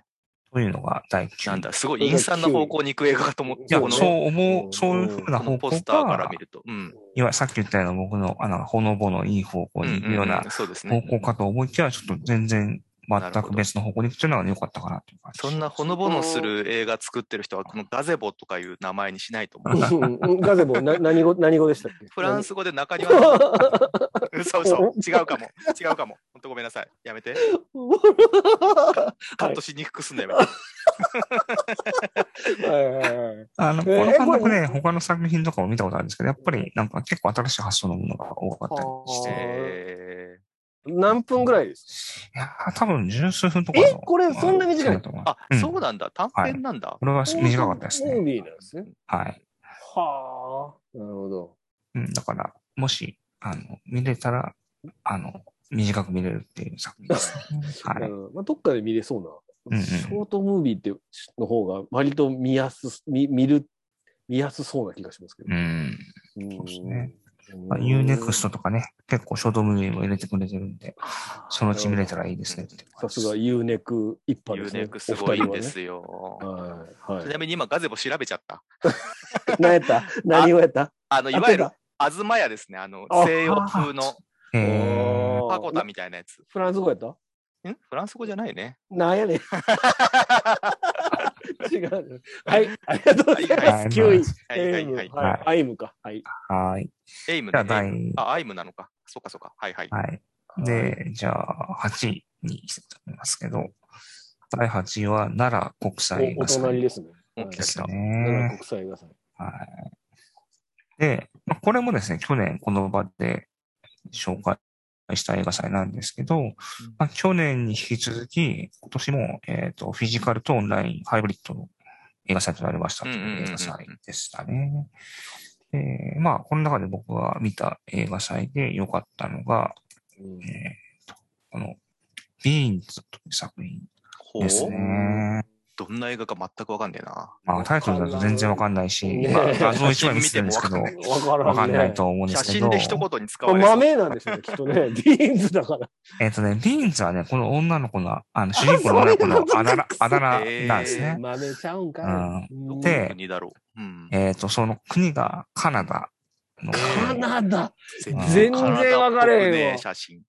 [SPEAKER 3] というのが第
[SPEAKER 2] ー、
[SPEAKER 3] 9
[SPEAKER 2] なんだ、すごい陰惨な方向に行く映画かと思っ
[SPEAKER 1] い
[SPEAKER 3] い
[SPEAKER 2] た。
[SPEAKER 3] や
[SPEAKER 2] こ、の、
[SPEAKER 3] そ
[SPEAKER 2] こ
[SPEAKER 3] う思う、そういうふうな方
[SPEAKER 2] の
[SPEAKER 3] 向
[SPEAKER 2] ポスターから
[SPEAKER 3] が
[SPEAKER 2] 見、ると。うん。
[SPEAKER 3] いわゆるさっき言ったような僕の、あの、ほのぼのいい方向に行くよう
[SPEAKER 2] う
[SPEAKER 3] な
[SPEAKER 2] んうんうんそうです
[SPEAKER 3] 方
[SPEAKER 2] ね。
[SPEAKER 3] 向かと思いきや、ちょっと全然
[SPEAKER 2] な
[SPEAKER 3] 全
[SPEAKER 2] るほ
[SPEAKER 3] く
[SPEAKER 2] ど
[SPEAKER 3] 別の方向に行くというのが良かったかなという感じ。
[SPEAKER 2] そんなほのぼのする映画作ってる人は、このガゼボとかいう名前にしないと思う。
[SPEAKER 1] うんガゼボ、な何語、何語でしたっけ
[SPEAKER 2] フランス語で
[SPEAKER 1] [laughs]
[SPEAKER 2] 中庭の
[SPEAKER 1] 語。
[SPEAKER 2] 嘘嘘違うかも違うかも本当ごめんなさいやめてカットしにくくすんだよ、やめて
[SPEAKER 1] はいはいはい
[SPEAKER 3] あ
[SPEAKER 1] えー
[SPEAKER 3] の、この監督
[SPEAKER 1] これ
[SPEAKER 3] ね、他の作品とかも見たことあるんですけど、やっぱりなんか結構新しい発想のものが多かったりして、
[SPEAKER 2] え
[SPEAKER 1] 何分ぐらいです
[SPEAKER 3] いやー、多分十数分とかだと
[SPEAKER 1] えこれそんな短い
[SPEAKER 3] そうだと思い
[SPEAKER 2] ー
[SPEAKER 3] ま
[SPEAKER 2] あ、
[SPEAKER 3] す
[SPEAKER 2] そうんなんだ短編なんだ、
[SPEAKER 3] これは短かったです
[SPEAKER 1] ムー
[SPEAKER 3] ね。
[SPEAKER 1] ビーなんですね。
[SPEAKER 3] はい。
[SPEAKER 1] はあ。なるほど。
[SPEAKER 3] うん、だから、もし、あの、見れたら、あの、短く見れるっていう作品ですね。 [laughs]
[SPEAKER 1] [laughs]
[SPEAKER 3] はい。
[SPEAKER 1] うんまあ、どっかで見れそう
[SPEAKER 3] うん
[SPEAKER 1] な。
[SPEAKER 3] うん
[SPEAKER 1] ショートムービーっての方が割と見やす、見見る、見やすそうな気がしますけど
[SPEAKER 3] う。ん。
[SPEAKER 1] うん
[SPEAKER 3] そうですね。
[SPEAKER 1] うん
[SPEAKER 3] まあ UNEXT とかね、結構ショートムービーも入れてくれてるんで、そのうち見れたらいいですねっていう
[SPEAKER 1] さ
[SPEAKER 3] 感じ
[SPEAKER 1] す
[SPEAKER 3] です
[SPEAKER 1] が U ネク一派
[SPEAKER 2] ユ
[SPEAKER 1] です
[SPEAKER 2] ー
[SPEAKER 1] ね。
[SPEAKER 2] ネクすごいんです
[SPEAKER 1] お
[SPEAKER 2] よ、
[SPEAKER 1] 二人はね。はい。は
[SPEAKER 2] ち
[SPEAKER 1] い
[SPEAKER 2] なみに今ガゼボ調べちゃった
[SPEAKER 1] 何やった何をやった
[SPEAKER 2] あのいわゆる東屋ですねあの
[SPEAKER 1] あ
[SPEAKER 2] 西洋風の
[SPEAKER 3] え
[SPEAKER 1] え
[SPEAKER 3] ー
[SPEAKER 2] パコタみたいなやつ
[SPEAKER 1] フランス語やった
[SPEAKER 2] んフランス語じゃない [laughs] ね
[SPEAKER 1] なんやねん。違う。はい。ありがとうございます。9位。
[SPEAKER 2] はいはいはい
[SPEAKER 3] はい
[SPEAKER 1] アイムか。はい。
[SPEAKER 3] はい。
[SPEAKER 2] エイム
[SPEAKER 3] じゃ
[SPEAKER 2] ね
[SPEAKER 3] あ、第、
[SPEAKER 2] あアイムなのかそうかそうかはいはい、
[SPEAKER 3] はい。で、じゃあ、8位に行きたいと思いますけど、第8位は奈良国際映
[SPEAKER 1] おお
[SPEAKER 3] 画祭
[SPEAKER 1] 隣ですね。
[SPEAKER 2] お
[SPEAKER 1] はい
[SPEAKER 2] 来
[SPEAKER 3] で
[SPEAKER 2] た来
[SPEAKER 3] す
[SPEAKER 2] た
[SPEAKER 1] 奈
[SPEAKER 3] ね
[SPEAKER 1] 良。国際映画祭。
[SPEAKER 3] はい。で、まあこれもですね、去年この場で紹介した映画祭なんですけど、まあ、去年に引き続き、今年も、えっ、と、フィジカルとオンラインハイブリッドの映画祭となりましたと
[SPEAKER 2] うんうんうんう
[SPEAKER 3] い
[SPEAKER 2] ん
[SPEAKER 3] う映画祭でしたね。で、まあ、この中で僕が見た映画祭で良かったのが、
[SPEAKER 1] うん
[SPEAKER 3] えーと、この、ビーンズという作品
[SPEAKER 2] ほう
[SPEAKER 3] ですね。
[SPEAKER 2] どんな映画か全くわかんねえな
[SPEAKER 3] まあ、タイトルだと全然わかんないし、
[SPEAKER 1] ね
[SPEAKER 3] 今、画像一枚見せてるんですけど、
[SPEAKER 1] わから
[SPEAKER 3] わ
[SPEAKER 1] んね
[SPEAKER 3] かんないと思うんで
[SPEAKER 2] 写
[SPEAKER 3] すけど。
[SPEAKER 2] 真で一言に使
[SPEAKER 1] こ
[SPEAKER 2] わ
[SPEAKER 1] れ
[SPEAKER 2] れそう
[SPEAKER 1] 豆なんでしょうね、きっとね。 [laughs] ビーンズだから。
[SPEAKER 3] えっ、とね、ビーンズはね、この女の子の、あの、主人公の女の子のあだ名、あだ名なんですね。
[SPEAKER 1] 豆ちゃうんかい
[SPEAKER 3] うん
[SPEAKER 2] どこ
[SPEAKER 3] で
[SPEAKER 2] の国だろう、うん、
[SPEAKER 3] えっ、と、その国がカナダの、
[SPEAKER 1] カナダ。
[SPEAKER 3] 全然
[SPEAKER 1] わかれへんわ
[SPEAKER 2] 体っぽくねえ写真。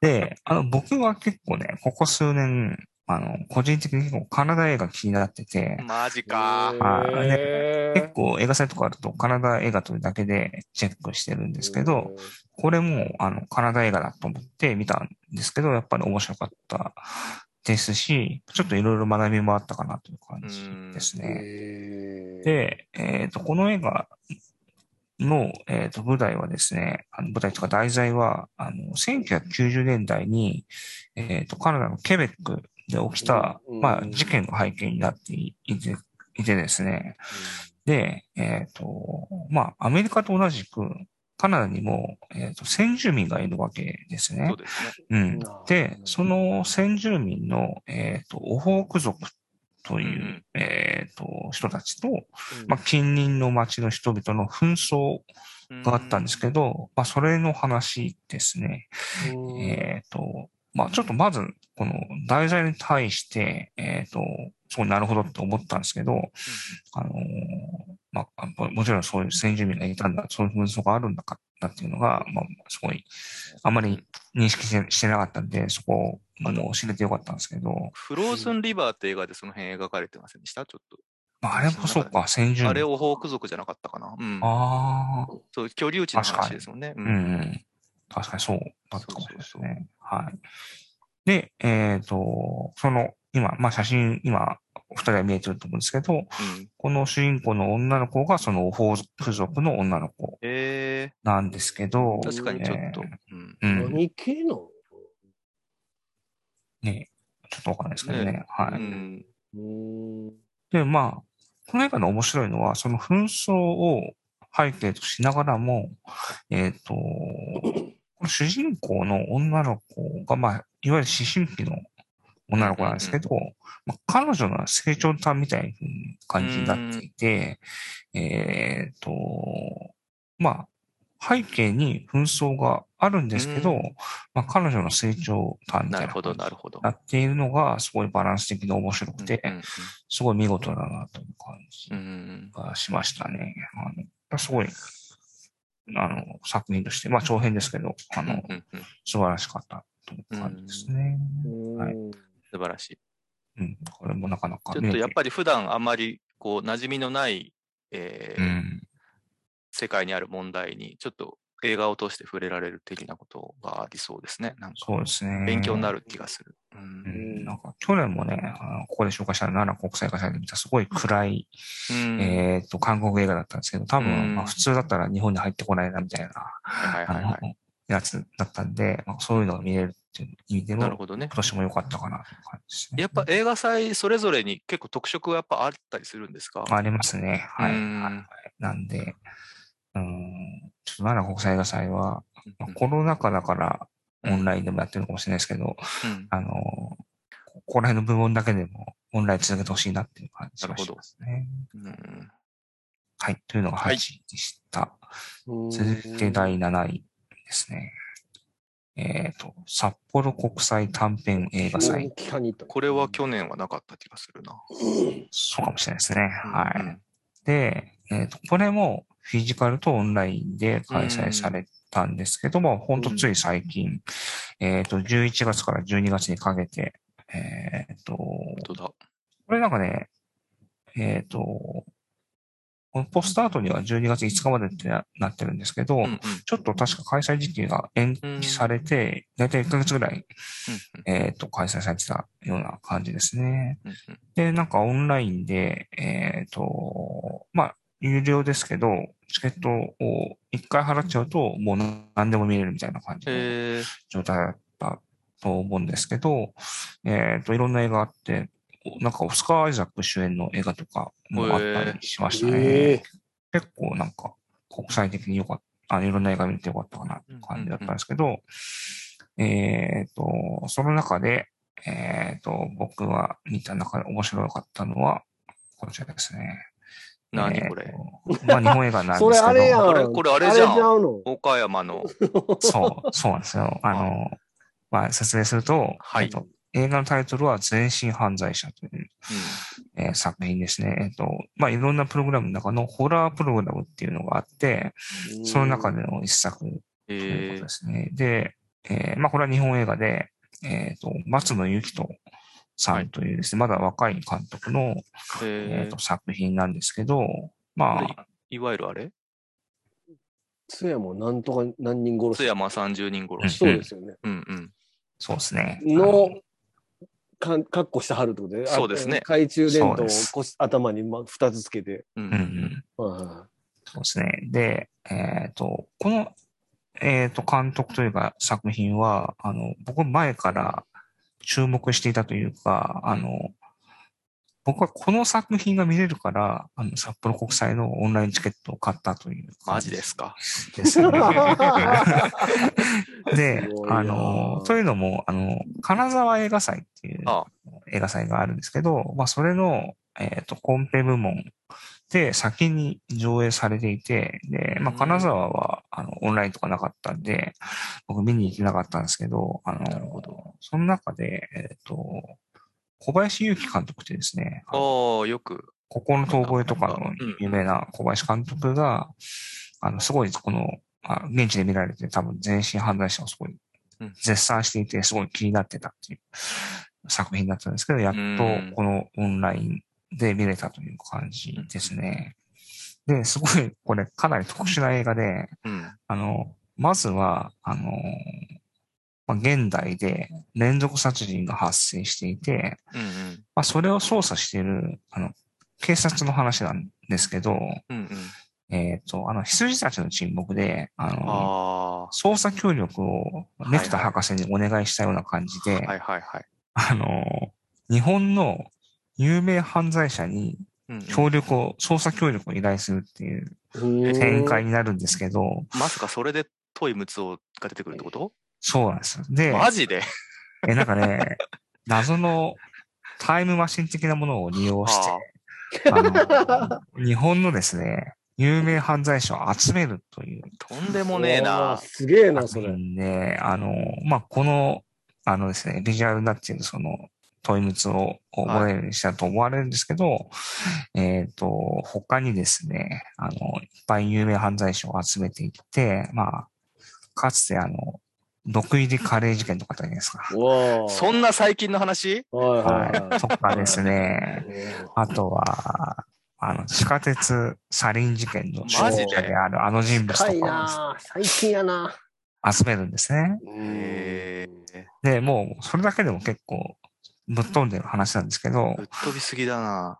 [SPEAKER 3] で、あの、僕は結構ね、ここ数年、あの、個人的に結構カナダ映画気になってて、
[SPEAKER 2] マジか。
[SPEAKER 3] はい
[SPEAKER 1] へー
[SPEAKER 3] 結構映画祭とかあるとカナダ映画というだけでチェックしてるんですけど、、これも、あの、カナダ映画だと思って見たんですけど、やっぱり面白かったですし、ちょっといろいろ学びもあったかなという感じですね。
[SPEAKER 1] えー
[SPEAKER 3] で、えっ、と、この映画の、えっと舞台はですね、あの舞台とか題材は、あの、1990年代に、えっ、と、カナダのケベックで起きた、
[SPEAKER 1] うん
[SPEAKER 3] まあ、事件の背景になっていて、いてですね。で、えっ、と、まあ、アメリカと同じく、カナダにも、えっ、と、先住民がいるわけですね。
[SPEAKER 2] そうですね。
[SPEAKER 3] うん
[SPEAKER 1] な。
[SPEAKER 3] で、その先住民の、えっ、と、オホーク族とい
[SPEAKER 2] う
[SPEAKER 3] う、
[SPEAKER 2] んうん
[SPEAKER 3] えっ、と、人たちと、
[SPEAKER 1] うん
[SPEAKER 3] まあ、近隣の町の人々の紛争
[SPEAKER 2] うん
[SPEAKER 3] があったんですけど、まあ、それの話ですね。
[SPEAKER 1] うん
[SPEAKER 3] えっ、と、まあ、ちょっとまず、この題材に対して、えっ、と、そうなるほどって思ったんですけど、あのーまあ、ももちろんそういう先住民がいたんだ、そういう紛争があるんだかだっていうのが、まあ、すごい、あまり認識してしてなかったんで、そこを、あの、知れてよかったんですけど、
[SPEAKER 2] フローズンリバーって映画でその辺描かれてませんでしたちょっ
[SPEAKER 3] まあ、あれもそうか、先
[SPEAKER 2] と。
[SPEAKER 3] 住民。
[SPEAKER 2] あれオホーク族じゃなかったかな。うん。
[SPEAKER 3] あー
[SPEAKER 2] そう、居留地の話ですもんね。う
[SPEAKER 3] うん
[SPEAKER 2] ん。
[SPEAKER 3] うん。確かにそうだったかもしれないです
[SPEAKER 2] そう
[SPEAKER 3] ね。はい。で、えっ、と、その、今、まあ、写真、今、お二人は見えてると思うんですけど、この主人公の女の子が、その、法付属の女の子
[SPEAKER 2] え
[SPEAKER 3] なんですけど、
[SPEAKER 2] ー、確かにちょっと。
[SPEAKER 3] え
[SPEAKER 2] うん
[SPEAKER 3] ーうん。
[SPEAKER 1] 何系なの
[SPEAKER 3] ね、ちょっとわかんないですけどね。
[SPEAKER 2] ね
[SPEAKER 3] は
[SPEAKER 2] う
[SPEAKER 3] い、
[SPEAKER 2] ん
[SPEAKER 1] うん
[SPEAKER 3] で、まあ、この映画の面白いのは、その紛争を背景としながらも、えっ、と、この主人公の女の子が、まあ、いわゆる思春期の女の子なんですけど、まあ、彼女の成長端みたいな感じになっていて、えっ、と、まあ、背景に紛争があるんですけど、
[SPEAKER 2] うん
[SPEAKER 3] まあ、彼女の成長端み
[SPEAKER 2] な
[SPEAKER 3] た
[SPEAKER 2] いる
[SPEAKER 3] な
[SPEAKER 2] ほど、
[SPEAKER 3] 感じ
[SPEAKER 2] なるほど。
[SPEAKER 3] なっているのが、すごいバランス的で面白くて、
[SPEAKER 2] うん
[SPEAKER 3] すごい見事だなという感じ
[SPEAKER 2] うんうん
[SPEAKER 3] がしましたね。あのすごい、あの、作品として、まあ長編ですけど、あ
[SPEAKER 2] うん
[SPEAKER 3] の、
[SPEAKER 2] うんうん
[SPEAKER 3] 素晴らしかったという感じですね。はい
[SPEAKER 2] 素晴らしい。
[SPEAKER 3] うん、これもなかなか
[SPEAKER 2] ちょっとやっ
[SPEAKER 3] り、
[SPEAKER 2] ぱり普段あまりこう馴染みのない、え
[SPEAKER 3] う
[SPEAKER 2] ー
[SPEAKER 3] ん、
[SPEAKER 2] 世界にある問題にちょっと映画を通して触れられる的なことがありそうですね。なんか
[SPEAKER 3] そうですね。
[SPEAKER 2] 勉強になる気がする。う
[SPEAKER 3] うんん。なんか去年もね、あのここで紹介した奈良国際映画祭で見たすごい暗い、
[SPEAKER 2] うん
[SPEAKER 3] えっ、と、韓国映画だったんですけど、多
[SPEAKER 2] うん
[SPEAKER 3] 分、まあ普通だったら日本に入ってこないなみたいな
[SPEAKER 2] はいはいはいは
[SPEAKER 3] あの、やつだったんで、まあ、そういうのが見れるっていう意味で
[SPEAKER 2] い。
[SPEAKER 3] も、
[SPEAKER 2] なる
[SPEAKER 3] 今
[SPEAKER 2] ほどね。
[SPEAKER 3] 年も良かったかなという感じですね。
[SPEAKER 2] やっぱ映画祭それぞれに結構特色はやっぱあったりするんですか
[SPEAKER 3] ありますね。はい。
[SPEAKER 2] うん
[SPEAKER 3] はいなんで、うん、ちょっと奈良国際映画祭は、まあ
[SPEAKER 2] うん
[SPEAKER 3] コロナ禍だから
[SPEAKER 2] うん
[SPEAKER 3] オンラインでもやってるかもしれないですけど、
[SPEAKER 2] うん
[SPEAKER 3] あの、ここら辺の部門だけでもオンライン続けてほしいなっていう感じがしますね。
[SPEAKER 2] うん
[SPEAKER 3] はい。というのが8位でした。続いて第7位ですね。えっ、と、札幌国際短編映画祭。
[SPEAKER 1] 期間に行った
[SPEAKER 2] これは去年はなかった気がするな。
[SPEAKER 3] そうかもしれないですね。は
[SPEAKER 2] うんう
[SPEAKER 3] い
[SPEAKER 2] ん。
[SPEAKER 3] で、えっ、と、これもフィジカルとオンラインで開催されたんですけども、ほんとつい最近、えっ、と、11月から12月にかけて、えっ、と、
[SPEAKER 2] 本当だ。
[SPEAKER 3] これなんかね、えっ、と、このポスタートには12月5日までってななってるんですけど、
[SPEAKER 2] うんうん
[SPEAKER 3] ちょっと確か開催時期が延期されて、だいたい1ヶ月ぐらい、えっ、と、開催されてたような感じですね。
[SPEAKER 2] うん
[SPEAKER 3] で、なんかオンラインで、えっ、と、まあ、有料ですけど、チケットを一回払っちゃうと、もう何でも見れるみたいな感じの
[SPEAKER 2] えー
[SPEAKER 3] 状態だったと思うんですけど、えっ、と、いろんな映画あって、なんかオスカー・アイザック主演の映画とかもあったりしましたね。
[SPEAKER 1] え
[SPEAKER 3] 結構なんか国際的に良かった、あいろんな映画見て良かったかなって感じだったんですけど、えっと、その中で、えっと、僕が見た中で面白かったのは、こちらですね。
[SPEAKER 2] 何これ
[SPEAKER 3] えーとまあ日本映画なん
[SPEAKER 1] ー
[SPEAKER 3] です
[SPEAKER 1] そ
[SPEAKER 3] けど。
[SPEAKER 1] れあれやん。
[SPEAKER 2] これこれあれじゃん
[SPEAKER 1] ちうの。
[SPEAKER 2] 岡山の。 [laughs]
[SPEAKER 3] そう、そうなんですよ。あの、まあ説明すると、
[SPEAKER 2] はい
[SPEAKER 3] えっと映画のタイトルは全身犯罪者というえー作品ですね。えっと、まあ、いろんなプログラムの中のホラープログラムっていうのがあって、その中での一作
[SPEAKER 2] うん
[SPEAKER 3] というこ
[SPEAKER 2] え
[SPEAKER 3] と
[SPEAKER 2] ー
[SPEAKER 3] ですね。で、えーまあ、これは日本映画で、えっ、と、松野由紀人さんというですね、まだ若い監督の、え
[SPEAKER 2] え
[SPEAKER 3] ー
[SPEAKER 2] ー
[SPEAKER 3] と作品なんですけど、まあ、
[SPEAKER 2] いわゆるあれ
[SPEAKER 1] 津屋もなんとか何人殺
[SPEAKER 2] 津
[SPEAKER 1] し。
[SPEAKER 2] 山30人殺し。
[SPEAKER 1] そうですよね。
[SPEAKER 2] うんうん。
[SPEAKER 3] そうですね。あ
[SPEAKER 1] のかん、かっこしてはるってことで、あ
[SPEAKER 2] そうですね
[SPEAKER 1] あの懐中電灯
[SPEAKER 3] そう
[SPEAKER 1] を
[SPEAKER 3] です
[SPEAKER 1] 腰頭にま二つつけて。
[SPEAKER 2] う。
[SPEAKER 3] うんうんん。
[SPEAKER 1] は
[SPEAKER 3] そうですね。で、えっ、と、この、えっ、と、監督というか作品は、あの、僕前から注目していたというか、あの、僕はこの作品が見れるから、あの、札幌国際のオンラインチケットを買ったという感
[SPEAKER 2] マ
[SPEAKER 3] じ
[SPEAKER 2] ジですか。
[SPEAKER 3] です
[SPEAKER 1] い [laughs]
[SPEAKER 3] ね。
[SPEAKER 1] す
[SPEAKER 3] で
[SPEAKER 1] ご、いなあ
[SPEAKER 3] あの、というのも、あの、金沢映画祭っていう
[SPEAKER 2] あ
[SPEAKER 3] 映画祭があるんですけど、まあ、それの、えっ、と、コンペ部門で先に上映されていて、で、まあ、
[SPEAKER 2] うん
[SPEAKER 3] 金沢は、あの、オンラインとかなかったんで、僕見に行けなかったんですけど、あの、その中で、えっ、と、小林祐樹監督ってですね、あの
[SPEAKER 2] おー、よく。
[SPEAKER 3] ここの遠吠えとかの
[SPEAKER 2] うん
[SPEAKER 3] 有名な小林監督が、あの、すごいこの、あ現地で見られて多分全身犯罪者をすごい
[SPEAKER 2] うん
[SPEAKER 3] 絶賛していて、すごい気になってたっていう作品だったんですけど、やっ
[SPEAKER 2] うん
[SPEAKER 3] とこのオンラインで見れたという感じですね。で、すごい、これかなり特殊な映画で、
[SPEAKER 2] うん。
[SPEAKER 3] あの、まずは、あの、まあ、現代で連続殺人が発生していて、
[SPEAKER 2] うん
[SPEAKER 3] まあ、それを捜査している、あの、警察の話なんですけど、
[SPEAKER 2] うん。うんうん。
[SPEAKER 3] えっ、と、あの、羊たちの沈黙で、あの、
[SPEAKER 2] あ
[SPEAKER 3] 捜査協力をネクタ博士にお願いしたような感じで、
[SPEAKER 2] ー。はいはいはい。
[SPEAKER 3] あの、日本の有名犯罪者に
[SPEAKER 2] うんうん
[SPEAKER 3] 協力を、捜査協力を依頼するっていう
[SPEAKER 1] い
[SPEAKER 3] 展開。になるんですけど、
[SPEAKER 2] まさかそれで、トイムツオが出てくるってこと
[SPEAKER 3] そうなんですよ。で、
[SPEAKER 2] マジで
[SPEAKER 3] え、なんかね、謎のタイムマシン的なものを利用して、あ
[SPEAKER 1] [laughs]
[SPEAKER 3] の日本のですね、有名犯罪者を集めるという
[SPEAKER 2] とんでもねえ
[SPEAKER 1] うわー
[SPEAKER 2] な。
[SPEAKER 1] すげえな、そ
[SPEAKER 3] 作
[SPEAKER 1] れ。
[SPEAKER 3] 品で、あの、まあ、この、あのですね、ビジュアルになっているその、問いムツを覚えるにしたと思われるんですけど、えっ、と、他にですね、あの、いっぱい有名犯罪者を集めていって、まあ、かつてあの、毒入りカレー事件とかあったじゃないですか。
[SPEAKER 1] うわー
[SPEAKER 2] そんな最近の話
[SPEAKER 1] はいはい
[SPEAKER 3] は。
[SPEAKER 1] はい
[SPEAKER 3] とかですね。
[SPEAKER 1] いうん。
[SPEAKER 3] あとは、あの、地下鉄サリン事件の
[SPEAKER 2] マジで
[SPEAKER 3] 主犯者あるあの人物
[SPEAKER 1] 深い
[SPEAKER 3] とか
[SPEAKER 1] なあ最近やな。
[SPEAKER 3] を集めるんですね。
[SPEAKER 2] えー
[SPEAKER 3] で、もう、それだけでも結構、ぶっ飛んでる話なんですけど
[SPEAKER 2] ぶっ、飛びすぎだな。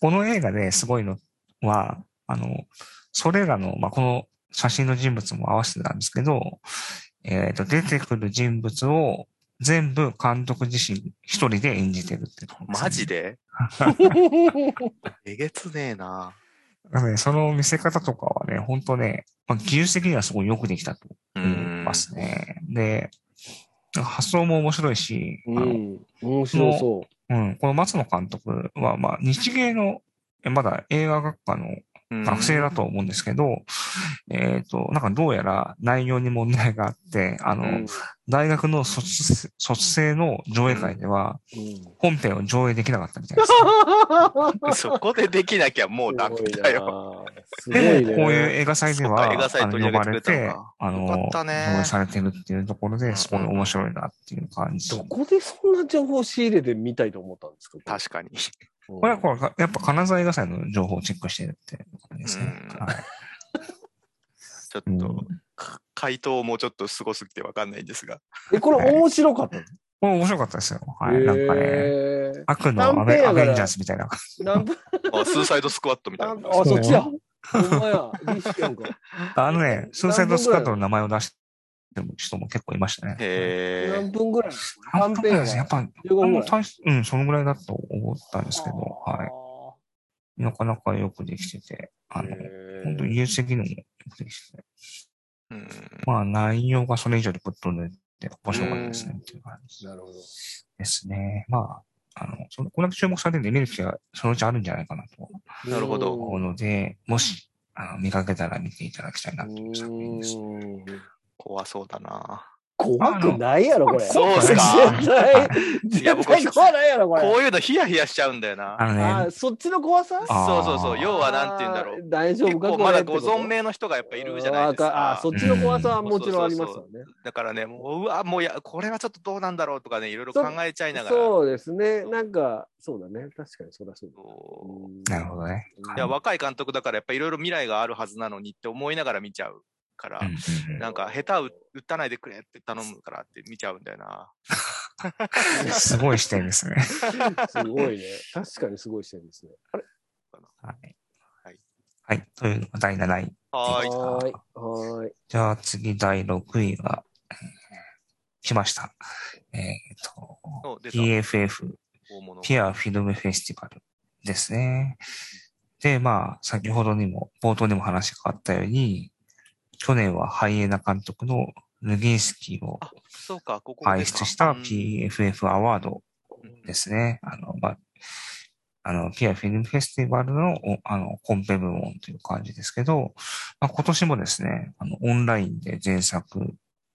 [SPEAKER 3] この映画ですごいのは、あの、それらの、まあ、この写真の人物も合わせてなんですけど、えっ、と、出てくる人物を全部監督自身一人で演じてるってところすね
[SPEAKER 2] マジでえげつねえな。
[SPEAKER 3] なので、その見せ方とかはね、本当ね、まあ、技術的にはすごいよくできたと
[SPEAKER 2] う
[SPEAKER 3] 思い
[SPEAKER 2] ん
[SPEAKER 3] ま。すね。で、発想も面白いし、
[SPEAKER 1] [laughs]
[SPEAKER 3] あ
[SPEAKER 1] う
[SPEAKER 3] の
[SPEAKER 1] ん。面白そ
[SPEAKER 3] うん、この松野監督は、まあ、日芸の、えまだ映画学科の
[SPEAKER 2] うん
[SPEAKER 3] 学生だと思うんですけど、えっ、と、なんかどうやら内容に問題があって、あ
[SPEAKER 1] う。
[SPEAKER 3] の、
[SPEAKER 1] うん
[SPEAKER 3] 大学の卒、卒生の上映会では、
[SPEAKER 1] うん
[SPEAKER 3] 本編を上映できなかったみた
[SPEAKER 2] [laughs]
[SPEAKER 3] いです。
[SPEAKER 2] そこでできなきゃもうダメだ
[SPEAKER 1] [laughs]
[SPEAKER 2] よ。
[SPEAKER 1] すごいなあ。
[SPEAKER 3] です
[SPEAKER 1] ごいね。
[SPEAKER 3] こういう映画祭で
[SPEAKER 2] そっ
[SPEAKER 3] は、
[SPEAKER 2] か映画祭
[SPEAKER 3] あの
[SPEAKER 2] 取り
[SPEAKER 3] 呼
[SPEAKER 2] 上げ
[SPEAKER 3] ば
[SPEAKER 2] てく
[SPEAKER 3] れ
[SPEAKER 2] れたの
[SPEAKER 3] て
[SPEAKER 2] か、
[SPEAKER 3] あの、
[SPEAKER 2] よかったね
[SPEAKER 3] 上映されてるっていうところで、すごい面白いなっていう感じ。
[SPEAKER 1] どこでそんな情報を仕入れてみたいと思ったんですか
[SPEAKER 2] 確かに。
[SPEAKER 1] こ
[SPEAKER 3] これはこうやっぱ金沢映画祭の情報をチェックしてるってことですね。
[SPEAKER 2] うん
[SPEAKER 3] はい
[SPEAKER 2] ちょっ
[SPEAKER 3] うん
[SPEAKER 2] と、か回答をもうちょっとすごすぎてわかんないんですが。
[SPEAKER 1] え、これ面白かったの。
[SPEAKER 3] これ面白かったですよ。は
[SPEAKER 1] へ
[SPEAKER 3] い。
[SPEAKER 1] ー
[SPEAKER 3] なんかね、悪のア
[SPEAKER 1] 短編
[SPEAKER 3] ベ
[SPEAKER 1] や
[SPEAKER 3] ア
[SPEAKER 1] から
[SPEAKER 3] ベンジャーズみたいな。
[SPEAKER 1] 何分
[SPEAKER 2] あ、スーサイドスクワットみたい
[SPEAKER 1] 何
[SPEAKER 2] な。
[SPEAKER 1] 分あ、そっちや。ほんまや。リスやんか。
[SPEAKER 3] あのね、スーサイドスカートの名前を出してる人も結構いましたね。
[SPEAKER 2] へ
[SPEAKER 1] 何分ぐらい
[SPEAKER 3] 短
[SPEAKER 1] 短
[SPEAKER 3] 編
[SPEAKER 1] 編や
[SPEAKER 3] ですねやっ
[SPEAKER 1] な。
[SPEAKER 3] ぱ、
[SPEAKER 1] 15分ぐらい。
[SPEAKER 3] 大しうん、そのぐらいだと思ったんですけど、
[SPEAKER 1] あ
[SPEAKER 3] は
[SPEAKER 1] ー
[SPEAKER 3] い。なかなかよくできてて、あの、
[SPEAKER 1] へー
[SPEAKER 3] 本当に有責任もよくできてて、
[SPEAKER 2] え。うん
[SPEAKER 3] まあ内容がそれ以上にぶっ飛んでて面白かったですね、っていう感じ
[SPEAKER 1] なるほど。
[SPEAKER 3] ですね。まあ、あの、そのこれだけ注目されてるんで見る機会がそのうちあるんじゃないかなと
[SPEAKER 2] なるほど
[SPEAKER 3] 思うので、もし、あの、見かけたら見ていただきたいなという作品です。
[SPEAKER 1] うん
[SPEAKER 2] 怖そうだな。
[SPEAKER 1] 怖くないやろ、これ。
[SPEAKER 2] そうっすか
[SPEAKER 1] 絶対、
[SPEAKER 2] いや
[SPEAKER 1] 絶
[SPEAKER 2] 僕
[SPEAKER 1] 対怖ないやろ、これ。
[SPEAKER 2] こういうのヒヤヒヤしちゃうんだよな。
[SPEAKER 3] あのね
[SPEAKER 1] あ、そっちの怖さ
[SPEAKER 3] あ
[SPEAKER 2] そうそうそ
[SPEAKER 3] あ
[SPEAKER 2] う。
[SPEAKER 3] ー
[SPEAKER 2] 要はなんて言うんだろう。
[SPEAKER 1] あー大丈
[SPEAKER 2] 結
[SPEAKER 1] 夫か
[SPEAKER 2] 構まだご存命の人がやっぱいるじゃないです
[SPEAKER 1] あーあ
[SPEAKER 2] か
[SPEAKER 1] ーそ。っちの怖さはもちろんありますよね。
[SPEAKER 2] だからね、もう、うわ、もうや、これはちょっとどうなんだろうとかね、いろいろ考えちゃいながら。
[SPEAKER 1] そうですね。なんか、そうだね。確かにそうだそうだ。
[SPEAKER 2] そう
[SPEAKER 3] なるほどね。
[SPEAKER 1] ど
[SPEAKER 2] いや、若い監督だから、やっぱいろいろ未来があるはずなのにって思いながら見ちゃうから、
[SPEAKER 3] うんうんうん
[SPEAKER 2] なんか、下手打打たないでくれって頼むからって見ちゃうんだよな。
[SPEAKER 3] すごい視点
[SPEAKER 2] [laughs]
[SPEAKER 3] ですね。
[SPEAKER 1] すごいね。確かにすごい視点ですね。あれ
[SPEAKER 3] はい。
[SPEAKER 2] はい。
[SPEAKER 3] はい。というのが第7位。
[SPEAKER 2] [laughs] はーい。
[SPEAKER 1] はーい。はーい。
[SPEAKER 3] じゃあ次第6位が、えー来ました。えっ、と、
[SPEAKER 2] お、出た。
[SPEAKER 3] PFF、
[SPEAKER 2] 大物。
[SPEAKER 3] ピアフィルムフェスティバルですね。で、まあ、先ほどにも、冒頭にも話があったように、去年はハイエナ監督のルギンスキーを
[SPEAKER 2] あ、そうか、ここも
[SPEAKER 3] 輩
[SPEAKER 2] 出
[SPEAKER 3] 出した
[SPEAKER 2] うん
[SPEAKER 3] PFF アワードですね。あの、まあ、あの、ピアフィルムフェスティバルの、おあの、コンペ部門という感じですけど、まあ、今年もですね、あの、オンラインで前作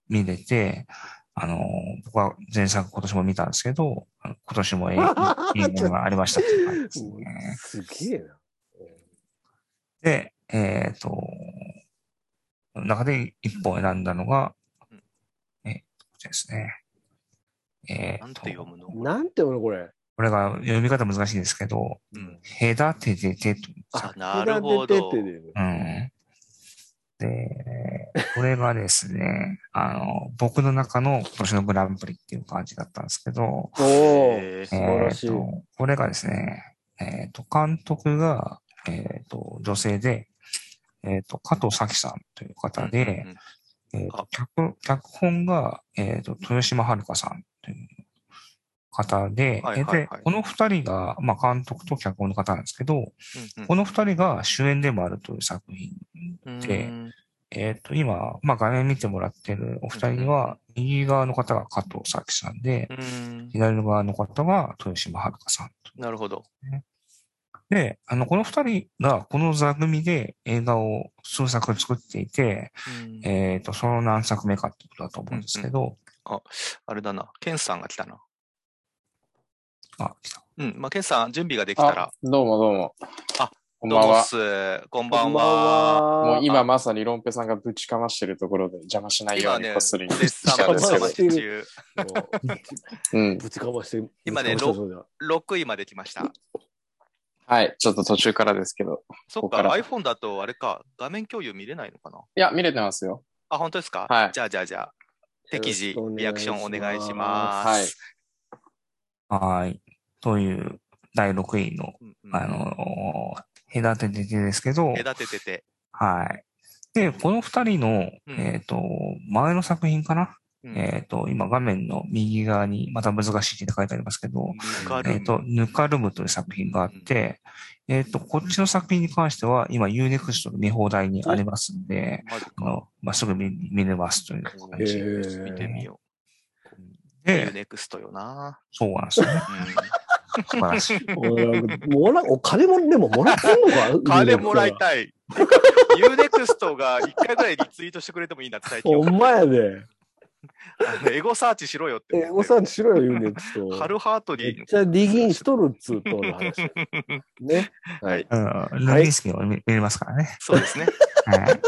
[SPEAKER 3] 見れて、あの、僕は前作今年も見たんですけど、あの今年も
[SPEAKER 2] [laughs]
[SPEAKER 3] いいいいものがありましたっていう感じですね。
[SPEAKER 1] すげえな。
[SPEAKER 3] で、えっ、と、中で一本選んだのが
[SPEAKER 2] うん、
[SPEAKER 3] えこちらですね。え
[SPEAKER 2] な
[SPEAKER 3] ー
[SPEAKER 2] ん
[SPEAKER 3] と
[SPEAKER 2] て読むの
[SPEAKER 1] なんていうのこれ。
[SPEAKER 3] これが読み方難しいですけど、
[SPEAKER 2] うん
[SPEAKER 3] 隔てててと。
[SPEAKER 2] あ、なるほ
[SPEAKER 1] 手
[SPEAKER 2] ど
[SPEAKER 1] が。出ててね
[SPEAKER 3] うん。で、これがですね、 [laughs] あの、僕の中の今年のグランプリっていう感じだったんですけど、
[SPEAKER 1] おー。
[SPEAKER 2] えー
[SPEAKER 1] 素晴らしい
[SPEAKER 3] えーとこれがですね、えっ、と、監督が、えっ、と、女性で、えっ、と、加藤咲さんという方で、
[SPEAKER 2] うんうん
[SPEAKER 3] えーと脚脚本が、えー、と豊島遥さんという方で、
[SPEAKER 2] はいはいはい
[SPEAKER 3] でこの二人が、まあ、監督と脚本の方なんですけど、この二人が主演でもあるという作品。
[SPEAKER 2] うん
[SPEAKER 3] で
[SPEAKER 2] うん
[SPEAKER 3] えっ、と、今、まあ、画面見てもらってるお二人は、右側の方が加藤咲さんで、
[SPEAKER 2] うん
[SPEAKER 3] 左側の方が豊島遥さんと。
[SPEAKER 2] なるほど。
[SPEAKER 3] で、あの、この二人がこの座組で映画を数作作っていて、
[SPEAKER 2] うん
[SPEAKER 3] えっ、と、その何作目かってことだと思うんですけど、
[SPEAKER 2] あれだな、ケンさんが来たな。
[SPEAKER 3] あ、来た。
[SPEAKER 2] うん、まあ、ケンさん、準備ができた
[SPEAKER 4] あ
[SPEAKER 2] ら。、
[SPEAKER 4] どうもどうも。
[SPEAKER 2] あ、
[SPEAKER 4] こん
[SPEAKER 2] ど
[SPEAKER 4] ば
[SPEAKER 2] うんもっ
[SPEAKER 4] は。
[SPEAKER 2] す。こんば
[SPEAKER 1] こ
[SPEAKER 2] ん
[SPEAKER 1] んばん
[SPEAKER 2] は。
[SPEAKER 4] も
[SPEAKER 1] は
[SPEAKER 4] う。今まさにロンペさんがぶちかましてるところで邪魔しないよ
[SPEAKER 2] 今
[SPEAKER 4] うに
[SPEAKER 2] ね、
[SPEAKER 4] こっそり
[SPEAKER 2] 絶
[SPEAKER 4] しちゃうん
[SPEAKER 2] 賛
[SPEAKER 4] で
[SPEAKER 2] ぶち
[SPEAKER 4] す
[SPEAKER 2] かまし。
[SPEAKER 4] けど
[SPEAKER 2] 中、
[SPEAKER 4] うん。
[SPEAKER 1] ぶちかまして。
[SPEAKER 2] 今ね
[SPEAKER 1] ぶちかましてそうじゃ
[SPEAKER 2] 6位まで来ました。
[SPEAKER 4] はい。ちょっと途中からですけど。
[SPEAKER 2] そっ
[SPEAKER 4] ここ
[SPEAKER 2] か、
[SPEAKER 4] から
[SPEAKER 2] iPhone だと、あれか、画面共有見れないのかない
[SPEAKER 4] や、見れてますよ。
[SPEAKER 2] あ、本当ですか
[SPEAKER 4] はい
[SPEAKER 2] じゃあ、じゃあ、じゃあ、適時、リアクションお願いします。
[SPEAKER 4] はい。
[SPEAKER 3] はい。という、第6位の、
[SPEAKER 2] うんうん
[SPEAKER 3] あのー、隔てててですけど、
[SPEAKER 2] 隔ててて。
[SPEAKER 3] はい。で、この二人の、
[SPEAKER 2] うん
[SPEAKER 3] えっ、と、前の作品かな、
[SPEAKER 2] うん
[SPEAKER 3] えっ、と、今画面の右側に、また難しい字で書いてありますけど、
[SPEAKER 2] ぬかる
[SPEAKER 3] え
[SPEAKER 2] む
[SPEAKER 3] っ、と、ぬかるむという作品があって、えっ、と、こっちの作品に関しては、今 UNEXT の見放題にありますんで、
[SPEAKER 2] マジ
[SPEAKER 3] あ
[SPEAKER 2] か。
[SPEAKER 3] のまあ、すぐ見見れますという感
[SPEAKER 2] へ
[SPEAKER 3] じ
[SPEAKER 1] ー
[SPEAKER 2] 見てみよう。ユ
[SPEAKER 3] で、
[SPEAKER 2] ネクストよな。
[SPEAKER 3] そうなんですよね。素晴らしい。
[SPEAKER 1] んもらお金も、でももらってんのか
[SPEAKER 2] [laughs] 金もらいたい。ユネクストが1回ぐらいリツイートしてくれてもいいなって最近
[SPEAKER 1] ほ
[SPEAKER 2] 思うん
[SPEAKER 1] まやで。
[SPEAKER 2] あのエゴサーチしろよって思って。
[SPEAKER 1] え、おさんしろよ、言うねん、ちょっと。
[SPEAKER 2] ハルハート
[SPEAKER 1] め
[SPEAKER 2] リ
[SPEAKER 1] っちゃディギンしとるっつうとの話。ね。
[SPEAKER 2] はい。
[SPEAKER 3] うん、ルインスキーも見見れますからね。
[SPEAKER 2] そうですね。
[SPEAKER 3] はい。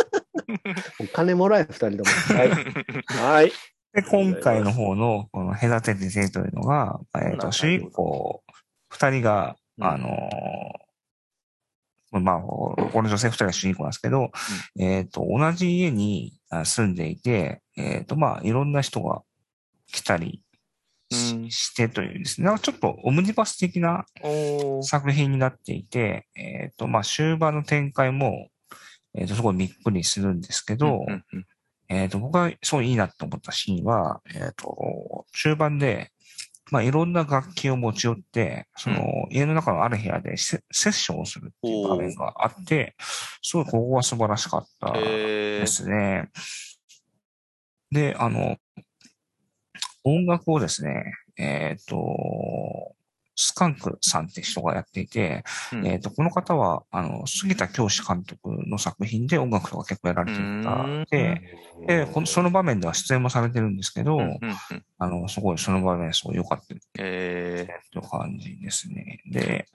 [SPEAKER 1] [laughs] お金もらえ、二人とも。はい。はい。
[SPEAKER 3] で、今回の方の、この、隔てててというのが、えっ、
[SPEAKER 2] なるほど
[SPEAKER 3] と、主人公、二人が、
[SPEAKER 2] うん
[SPEAKER 3] あのーまあ、この女性二人が主人公なんですけど、えっ、と、同じ家にあ住んでいて、えっ、と、まあ、いろんな人が来たりし,、
[SPEAKER 2] うん
[SPEAKER 3] てというですね、なんかちょっとオムニバス的な
[SPEAKER 2] おー
[SPEAKER 3] 作品になっていて、えっ、と、まあ、終盤の展開も、えっ、と、すごいびっくりするんですけど、
[SPEAKER 2] うんうん
[SPEAKER 3] えっ、と、僕がすごいいいなと思ったシーンは、えっ、と、中盤で、まあ、いろんな楽器を持ち寄って、その、家の中のある部屋でセセッションをするっていう場面があって、すごいここは素晴らしかった
[SPEAKER 2] え
[SPEAKER 3] で
[SPEAKER 2] ー
[SPEAKER 3] すね。で、あの、音楽をですね、えっ、と、スカンクさんって人がやっていて、
[SPEAKER 2] うん
[SPEAKER 3] えっ、と、この方は、あの、杉田教師監督の作品で音楽とか結構やられていた
[SPEAKER 2] うん
[SPEAKER 3] で、で、このその場面では出演もされてるんですけど、
[SPEAKER 2] うんうんうん
[SPEAKER 3] あの、すごいその場面、すごい良かった
[SPEAKER 2] えー
[SPEAKER 3] という感じですね。で、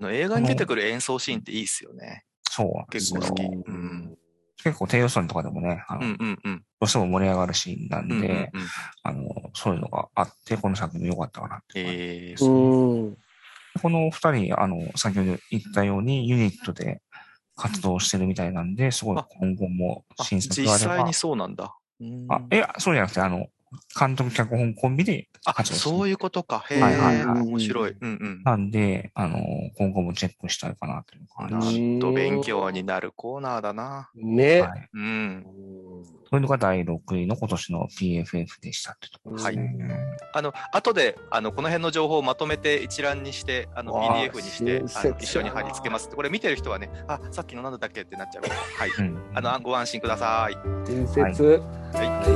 [SPEAKER 2] あの映画に出てくる演奏シーンっていいっすよね。
[SPEAKER 3] そうなんです
[SPEAKER 2] 結
[SPEAKER 3] よ
[SPEAKER 2] 構好き。う
[SPEAKER 1] うん
[SPEAKER 2] ん。
[SPEAKER 3] 結構低予算とかでもね、あの、
[SPEAKER 2] う
[SPEAKER 3] ど
[SPEAKER 2] んうんうん。
[SPEAKER 3] うしても盛り上がるシーンなん
[SPEAKER 2] う
[SPEAKER 3] で、
[SPEAKER 2] んうんうん
[SPEAKER 3] あの、そういうのがあって、この作品良かったかなっていう感じ
[SPEAKER 1] う
[SPEAKER 2] えー
[SPEAKER 1] ん。
[SPEAKER 3] このお二人、あの、先ほど言ったように、ユニットで活動してるみたいなんで、すごい
[SPEAKER 2] あ
[SPEAKER 3] 今後も
[SPEAKER 2] あ
[SPEAKER 3] 新作
[SPEAKER 2] 実
[SPEAKER 3] があれば。
[SPEAKER 2] 際にそうなんだ。うん
[SPEAKER 3] あ、いや、そうじゃなくて、あの、監督脚本コンビで
[SPEAKER 2] あ、
[SPEAKER 3] 活動して
[SPEAKER 2] そういうことか。へえ、
[SPEAKER 3] はいはい
[SPEAKER 4] はい
[SPEAKER 2] 面白い。うんうん。
[SPEAKER 3] なんで、あの、今後もチェックしたいかなという感
[SPEAKER 2] な
[SPEAKER 3] じです。
[SPEAKER 2] んと勉強になるコーナーだな。
[SPEAKER 1] ね。
[SPEAKER 3] はい。
[SPEAKER 2] うん。
[SPEAKER 3] というのが第6位の今年の PFF でしたってところですね。
[SPEAKER 2] あの後であのこの辺の情報をまとめて一覧にしてあの
[SPEAKER 1] わあ
[SPEAKER 2] PDF にして
[SPEAKER 1] 親切
[SPEAKER 2] あの
[SPEAKER 1] だな
[SPEAKER 2] 一緒に貼り付けますってこれ見てる人はねあさっきのなんだっけってなっちゃうからはい
[SPEAKER 3] うん
[SPEAKER 2] あのご安心ください。
[SPEAKER 1] 伝説。
[SPEAKER 2] はい